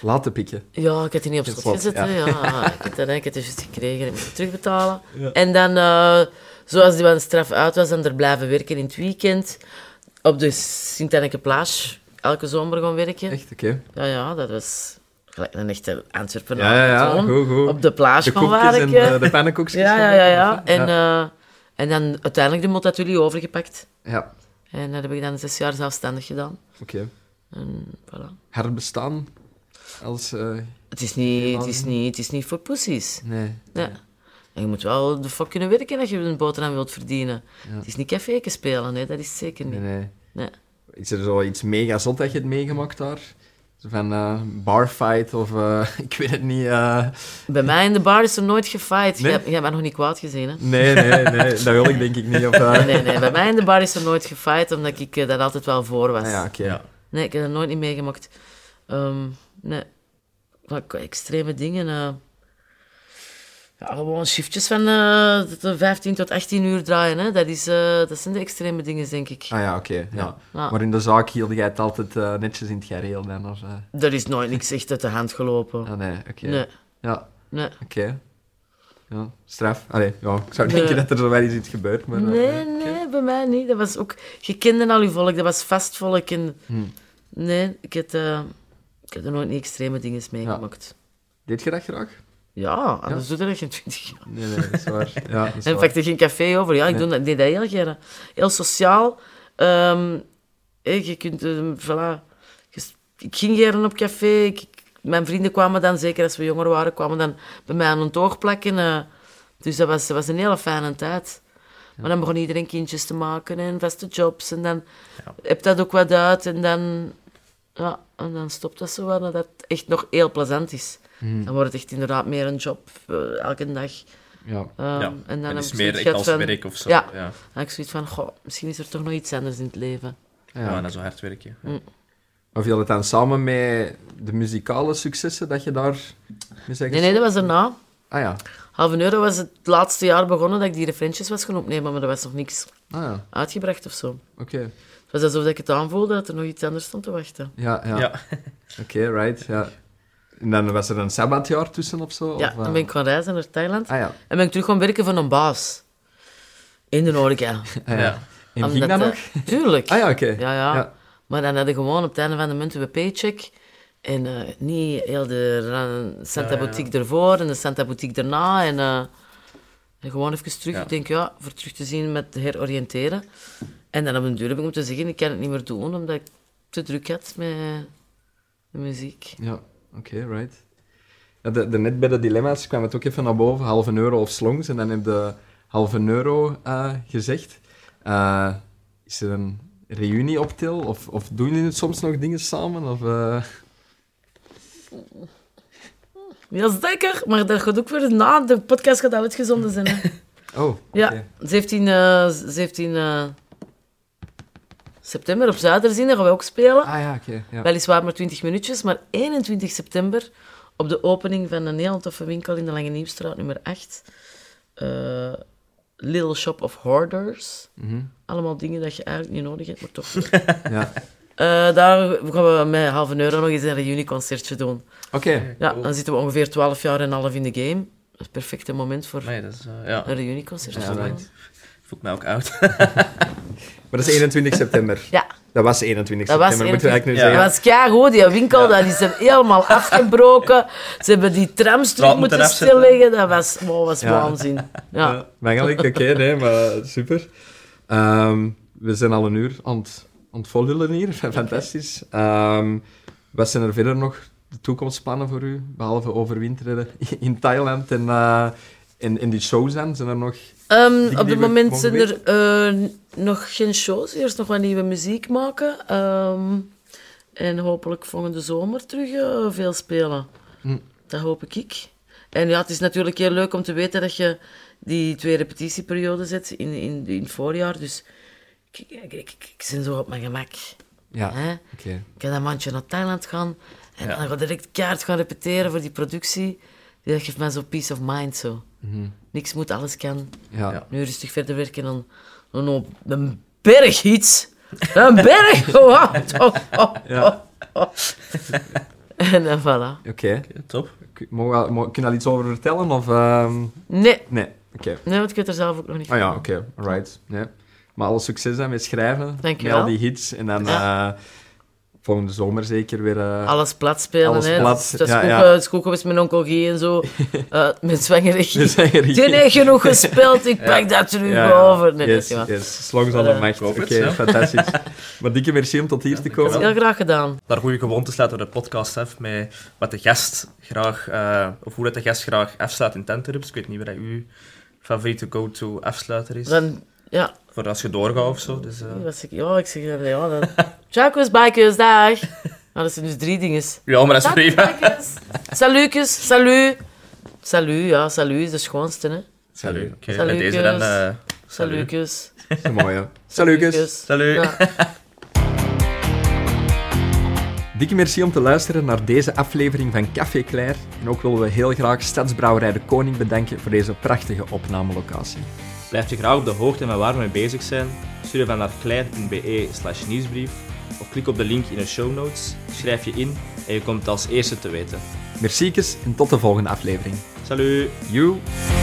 Laten pikken.
Ja, ik had die niet op
Het
slot,
slot,
gezet.
ja.
hè. Ja. ik heb dat ik heb het juist gekregen en ik moest het terugbetalen. En dan, eh, zoals die van de straf uit was, dan er blijven werken in het weekend. Op de sint plage elke zomer gaan werken.
Echt, oké.
Ja, ja, dat was gelijk een echte Antwerpenaar.
Ja, ja, ja.
gewoon.
Goed, goed.
Op de
De
plage van
koekjes en eh,
werken.
de, de pannenkoekjes.
Ja, ja, ja. ja. En, eh, en dan uiteindelijk de Motatuli overgepakt.
Ja,
En dat heb ik dan zes jaar zelfstandig gedaan.
oké.
En voilà.
Herbestaan als... eh,
Het is niet, het is
Helemaal
niet, het is niet voor poesies.
nee.
Ja. En je moet wel de fuck kunnen werken als je een boterham wilt verdienen.
Ja.
Het is niet caféken spelen, nee, dat is het zeker niet.
Nee, nee.
Nee.
Is er zo iets mega zot dat je hebt meegemaakt daar? Zo van eh barfight of eh, ik weet het niet. eh.
Bij mij in de bar is er nooit gefight.
Nee?
Jij, jij hebt mij nog niet kwaad gezien, hè?
Nee, nee, nee. Dat wil ik denk ik niet. Of, eh.
Nee, nee, bij mij in de bar is er nooit gefight, omdat ik eh, daar altijd wel voor was.
Ah, ja, oké.
Ja.
Nee, ik heb dat nooit niet meegemaakt. Ehm, nee. Wat qua extreme dingen. eh, Ja, gewoon shiftjes van eh, de 15 tot 18 uur draaien, hè? Dat, is, eh, dat zijn de extreme dingen, denk ik.
Ah ja, oké. ja.
Ja.
Ja.
Maar in de zaak hield jij het altijd eh, netjes in het gareel dan? Of, eh?
Er is nooit niks echt uit de hand gelopen.
Ah nee, oké. Ah,
Nee,
Ja,
nee.
oké. Ja, straf. Allee, ja, ik zou
Nee.
denken dat er zo wel eens iets gebeurt, maar... eh,
nee, nee, bij mij niet. Dat was ook... Je kende al je volk, dat was vast volk. En...
Hmm.
Nee, ik heb, eh, ik heb er nooit niet extreme dingen meegemaakt.
Deed je dat graag?
Ja, anders doe je dat geen 20 jaar.
Nee, nee, dat is waar. Ja, dat is
En
waar.
pakte geen café over. Ja, ik doe dat, deed dat heel graag. Heel sociaal. Ehm, hé, je kunt... eh, voilà. Je- Ik ging graag op café. Ik- ik- mijn vrienden kwamen dan, zeker als we jonger waren, kwamen dan bij mij aan een toog plakken. eh. dus dat was, dat was een hele fijne tijd. Maar dan begon iedereen kindjes te maken en vaste jobs. En dan heb dat ook wat uit. En dan, ja, en dan stopt dat zo wel, dat het echt nog heel plezant is. Dan wordt het echt inderdaad meer een job, eh, elke dag.
Ja.
Ehm,
ja.
En dan heb
is
ik
meer
zoiets
echt
gehad
als
van...
werk of zo.
Ja.
Ja, ja.
Dan heb ik zoiets van, goh, misschien is er toch nog iets anders in het leven.
Ah ja.
dat is wel hard werken. Ja.
Of viel het dan samen met de muzikale successen dat je daar mee zegt?
Nee, nee, dat was daarna.
Ah ja.
Half een euro was het laatste jaar begonnen dat ik die referentjes was gaan opnemen, maar er was nog niks
Ah ja,
uitgebracht of zo.
oké.
Het was alsof ik het aanvoelde dat er nog iets anders stond te wachten.
Ja, ja.
Ja.
Oké, right, ja. En dan was er een sabbatjaar tussen of zo?
Ja,
of, eh?
dan ben ik gaan reizen naar Thailand
Ah ja.
en ben ik terug gaan werken voor een baas. In de horeca.
Ah, ja.
Ja.
En ging dat
Omdat,
nog?
eh, Tuurlijk.
Ah ja, oké.
Ja, ja.
Ja.
Maar dan hadden we gewoon op het einde van de munt een paycheck. En eh, niet heel de ra- Santa
Ja, ja, ja.
Boutique ervoor en de Santa Boutique daarna. En, eh, en gewoon even terug.
Ja.
Ik denk, ja, voor terug te zien met heroriënteren. En dan op een duur heb ik moeten zeggen, ik kan het niet meer doen, omdat ik te druk had met de muziek.
Ja, oké, right. Ja, de, de net bij de dilemma's kwam het ook even naar boven, halve euro of slongs. En dan heb je halve euro eh, gezegd. Eh, is er een reunie op til? Of, of doen jullie het soms nog dingen samen? Of, eh,
Ja, zeker. Maar dat gaat ook weer na. De podcast gaat al uitgezonden zijn. hè.
Oh,
Ja,
oké.
17, eh, 17 eh, september op Zuiderzien, daar gaan we ook spelen.
Ah ja, oké. ja.
Weliswaar maar 20 minuutjes, maar 21 september op de opening van een heel toffe winkel in de Lange Nieuwstraat, nummer 8. Eh, Little Shop of Hoarders.
Mhm,
Allemaal dingen dat je eigenlijk niet nodig hebt, maar toch.
ja.
Eh, daar gaan we met halve euro nog eens een reunieconcertje doen.
Oké,
Ja, dan zitten we ongeveer 12 jaar en een half in de game. het perfecte moment voor
Nee, dat is... eh, ja.
een reunieconcert.
Ja,
of zo.
right.
Voel ik mij ook oud.
Maar dat is 21 september.
Ja,
Dat was 21
dat was
september, moeten we
eigenlijk
eigenlijk nu
Ja.
zeggen.
Ja.
Dat was keigoed, die winkel, dat is er helemaal afgebroken. Ze hebben die trams terug
Straat
moeten,
moeten afzetten.
stilleggen. Dat was, wow, was
Ja.
waanzin. Ja.
Ja, maar eigenlijk, oké, nee, maar super. Ehm, we zijn al een uur aan het, aan het volhullen hier. Fantastisch. Ehm, wat zijn er verder nog de toekomstplannen voor u? Behalve overwinteren in Thailand en eh, in, in die shows dan? Zijn er nog...
Ehm,
Dingen
op
die
dit
we
moment
mogen
zijn er eh, nog geen shows. Eerst nog wat nieuwe muziek maken. Ehm, en hopelijk volgende zomer terug eh, veel spelen.
Hm.
Dat hoop ik. ik. En ja, het is natuurlijk heel leuk om te weten dat je die twee repetitieperioden zet in, in, in het voorjaar. Dus ik, ik, ik, ik- ik ben zo op mijn gemak.
Ja, oké.
Hè? Ik kan een maandje naar Thailand gaan en dan ga ik direct kaart gaan repeteren voor die productie. Dat geeft mij zo peace of mind. Zo.
Mhm.
Niks moet, alles kan.
Ja.
Ja.
Nu rustig verder werken aan, aan op een berg iets. Een berg gewoon. Oh, oh,
Ja.
oh, oh. En dan voilà.
Oké.
Oké, top.
K- mogen we- mo- Kun je daar iets over vertellen? Of, ehm,
Nee,
Nee, oké.
nee, want ik weet er zelf ook nog niet
Ah ja, oké, alright. Nee. Maar alle succes dan met schrijven, met
Dankjewel.
al die hits. En dan eh, volgende zomer zeker weer... eh,
Alles plat spelen,
Alles
hè.
plat,
Dat is- Dat is
ja,
goed,
ja.
eh, het is goed geweest met oncologie en zo. Eh, met
we
zwangerig.
zijn er
Die
hier.
heeft genoeg gespeeld, ik pak dat terug
Ja, ja.
over. Nee,
yes,
dat is niet waar.
yes. Slongs alle
Eh,
macht.
ik hoop
Oké,
het, ja.
fantastisch. maar dikke merci om tot hier te komen.
dankjewel.
Heel graag gedaan.
Naar goede gewoontes laten we de podcast af met wat de gast graag... eh, of hoe dat de gast graag afslaat in tenterps. Ik weet niet wat dat uw favoriete go-to afsluiter is.
Dan, ja,
Voor als je doorgaat of zo. Dus, eh,
was ik, ja, ik zeg dat. Ja, dan. Tjakkus, bikers, dus dag. Nou, dat zijn dus drie dingen.
Ja, maar dat is prima.
Dankjes. Salutjes, salut. Salut, ja, salut is de schoonste, hè.
Salut.
Oké,
Salut,
met deze dan...
kus.
eh, salut.
Salutjes.
Mooi, hè. Salut, Lucas.
Salut.
Ja.
Dikke merci om te luisteren naar deze aflevering van Café Clair. En ook willen we heel graag Stadsbrouwerij De Koning bedanken voor deze prachtige opnamelocatie.
Blijf je graag op de hoogte met waar we mee bezig zijn? Stuur dan naar klein.be slash nieuwsbrief of klik op de link in de show notes, schrijf je in en je komt het als eerste te weten.
Merci en tot de volgende aflevering.
Salut!
You.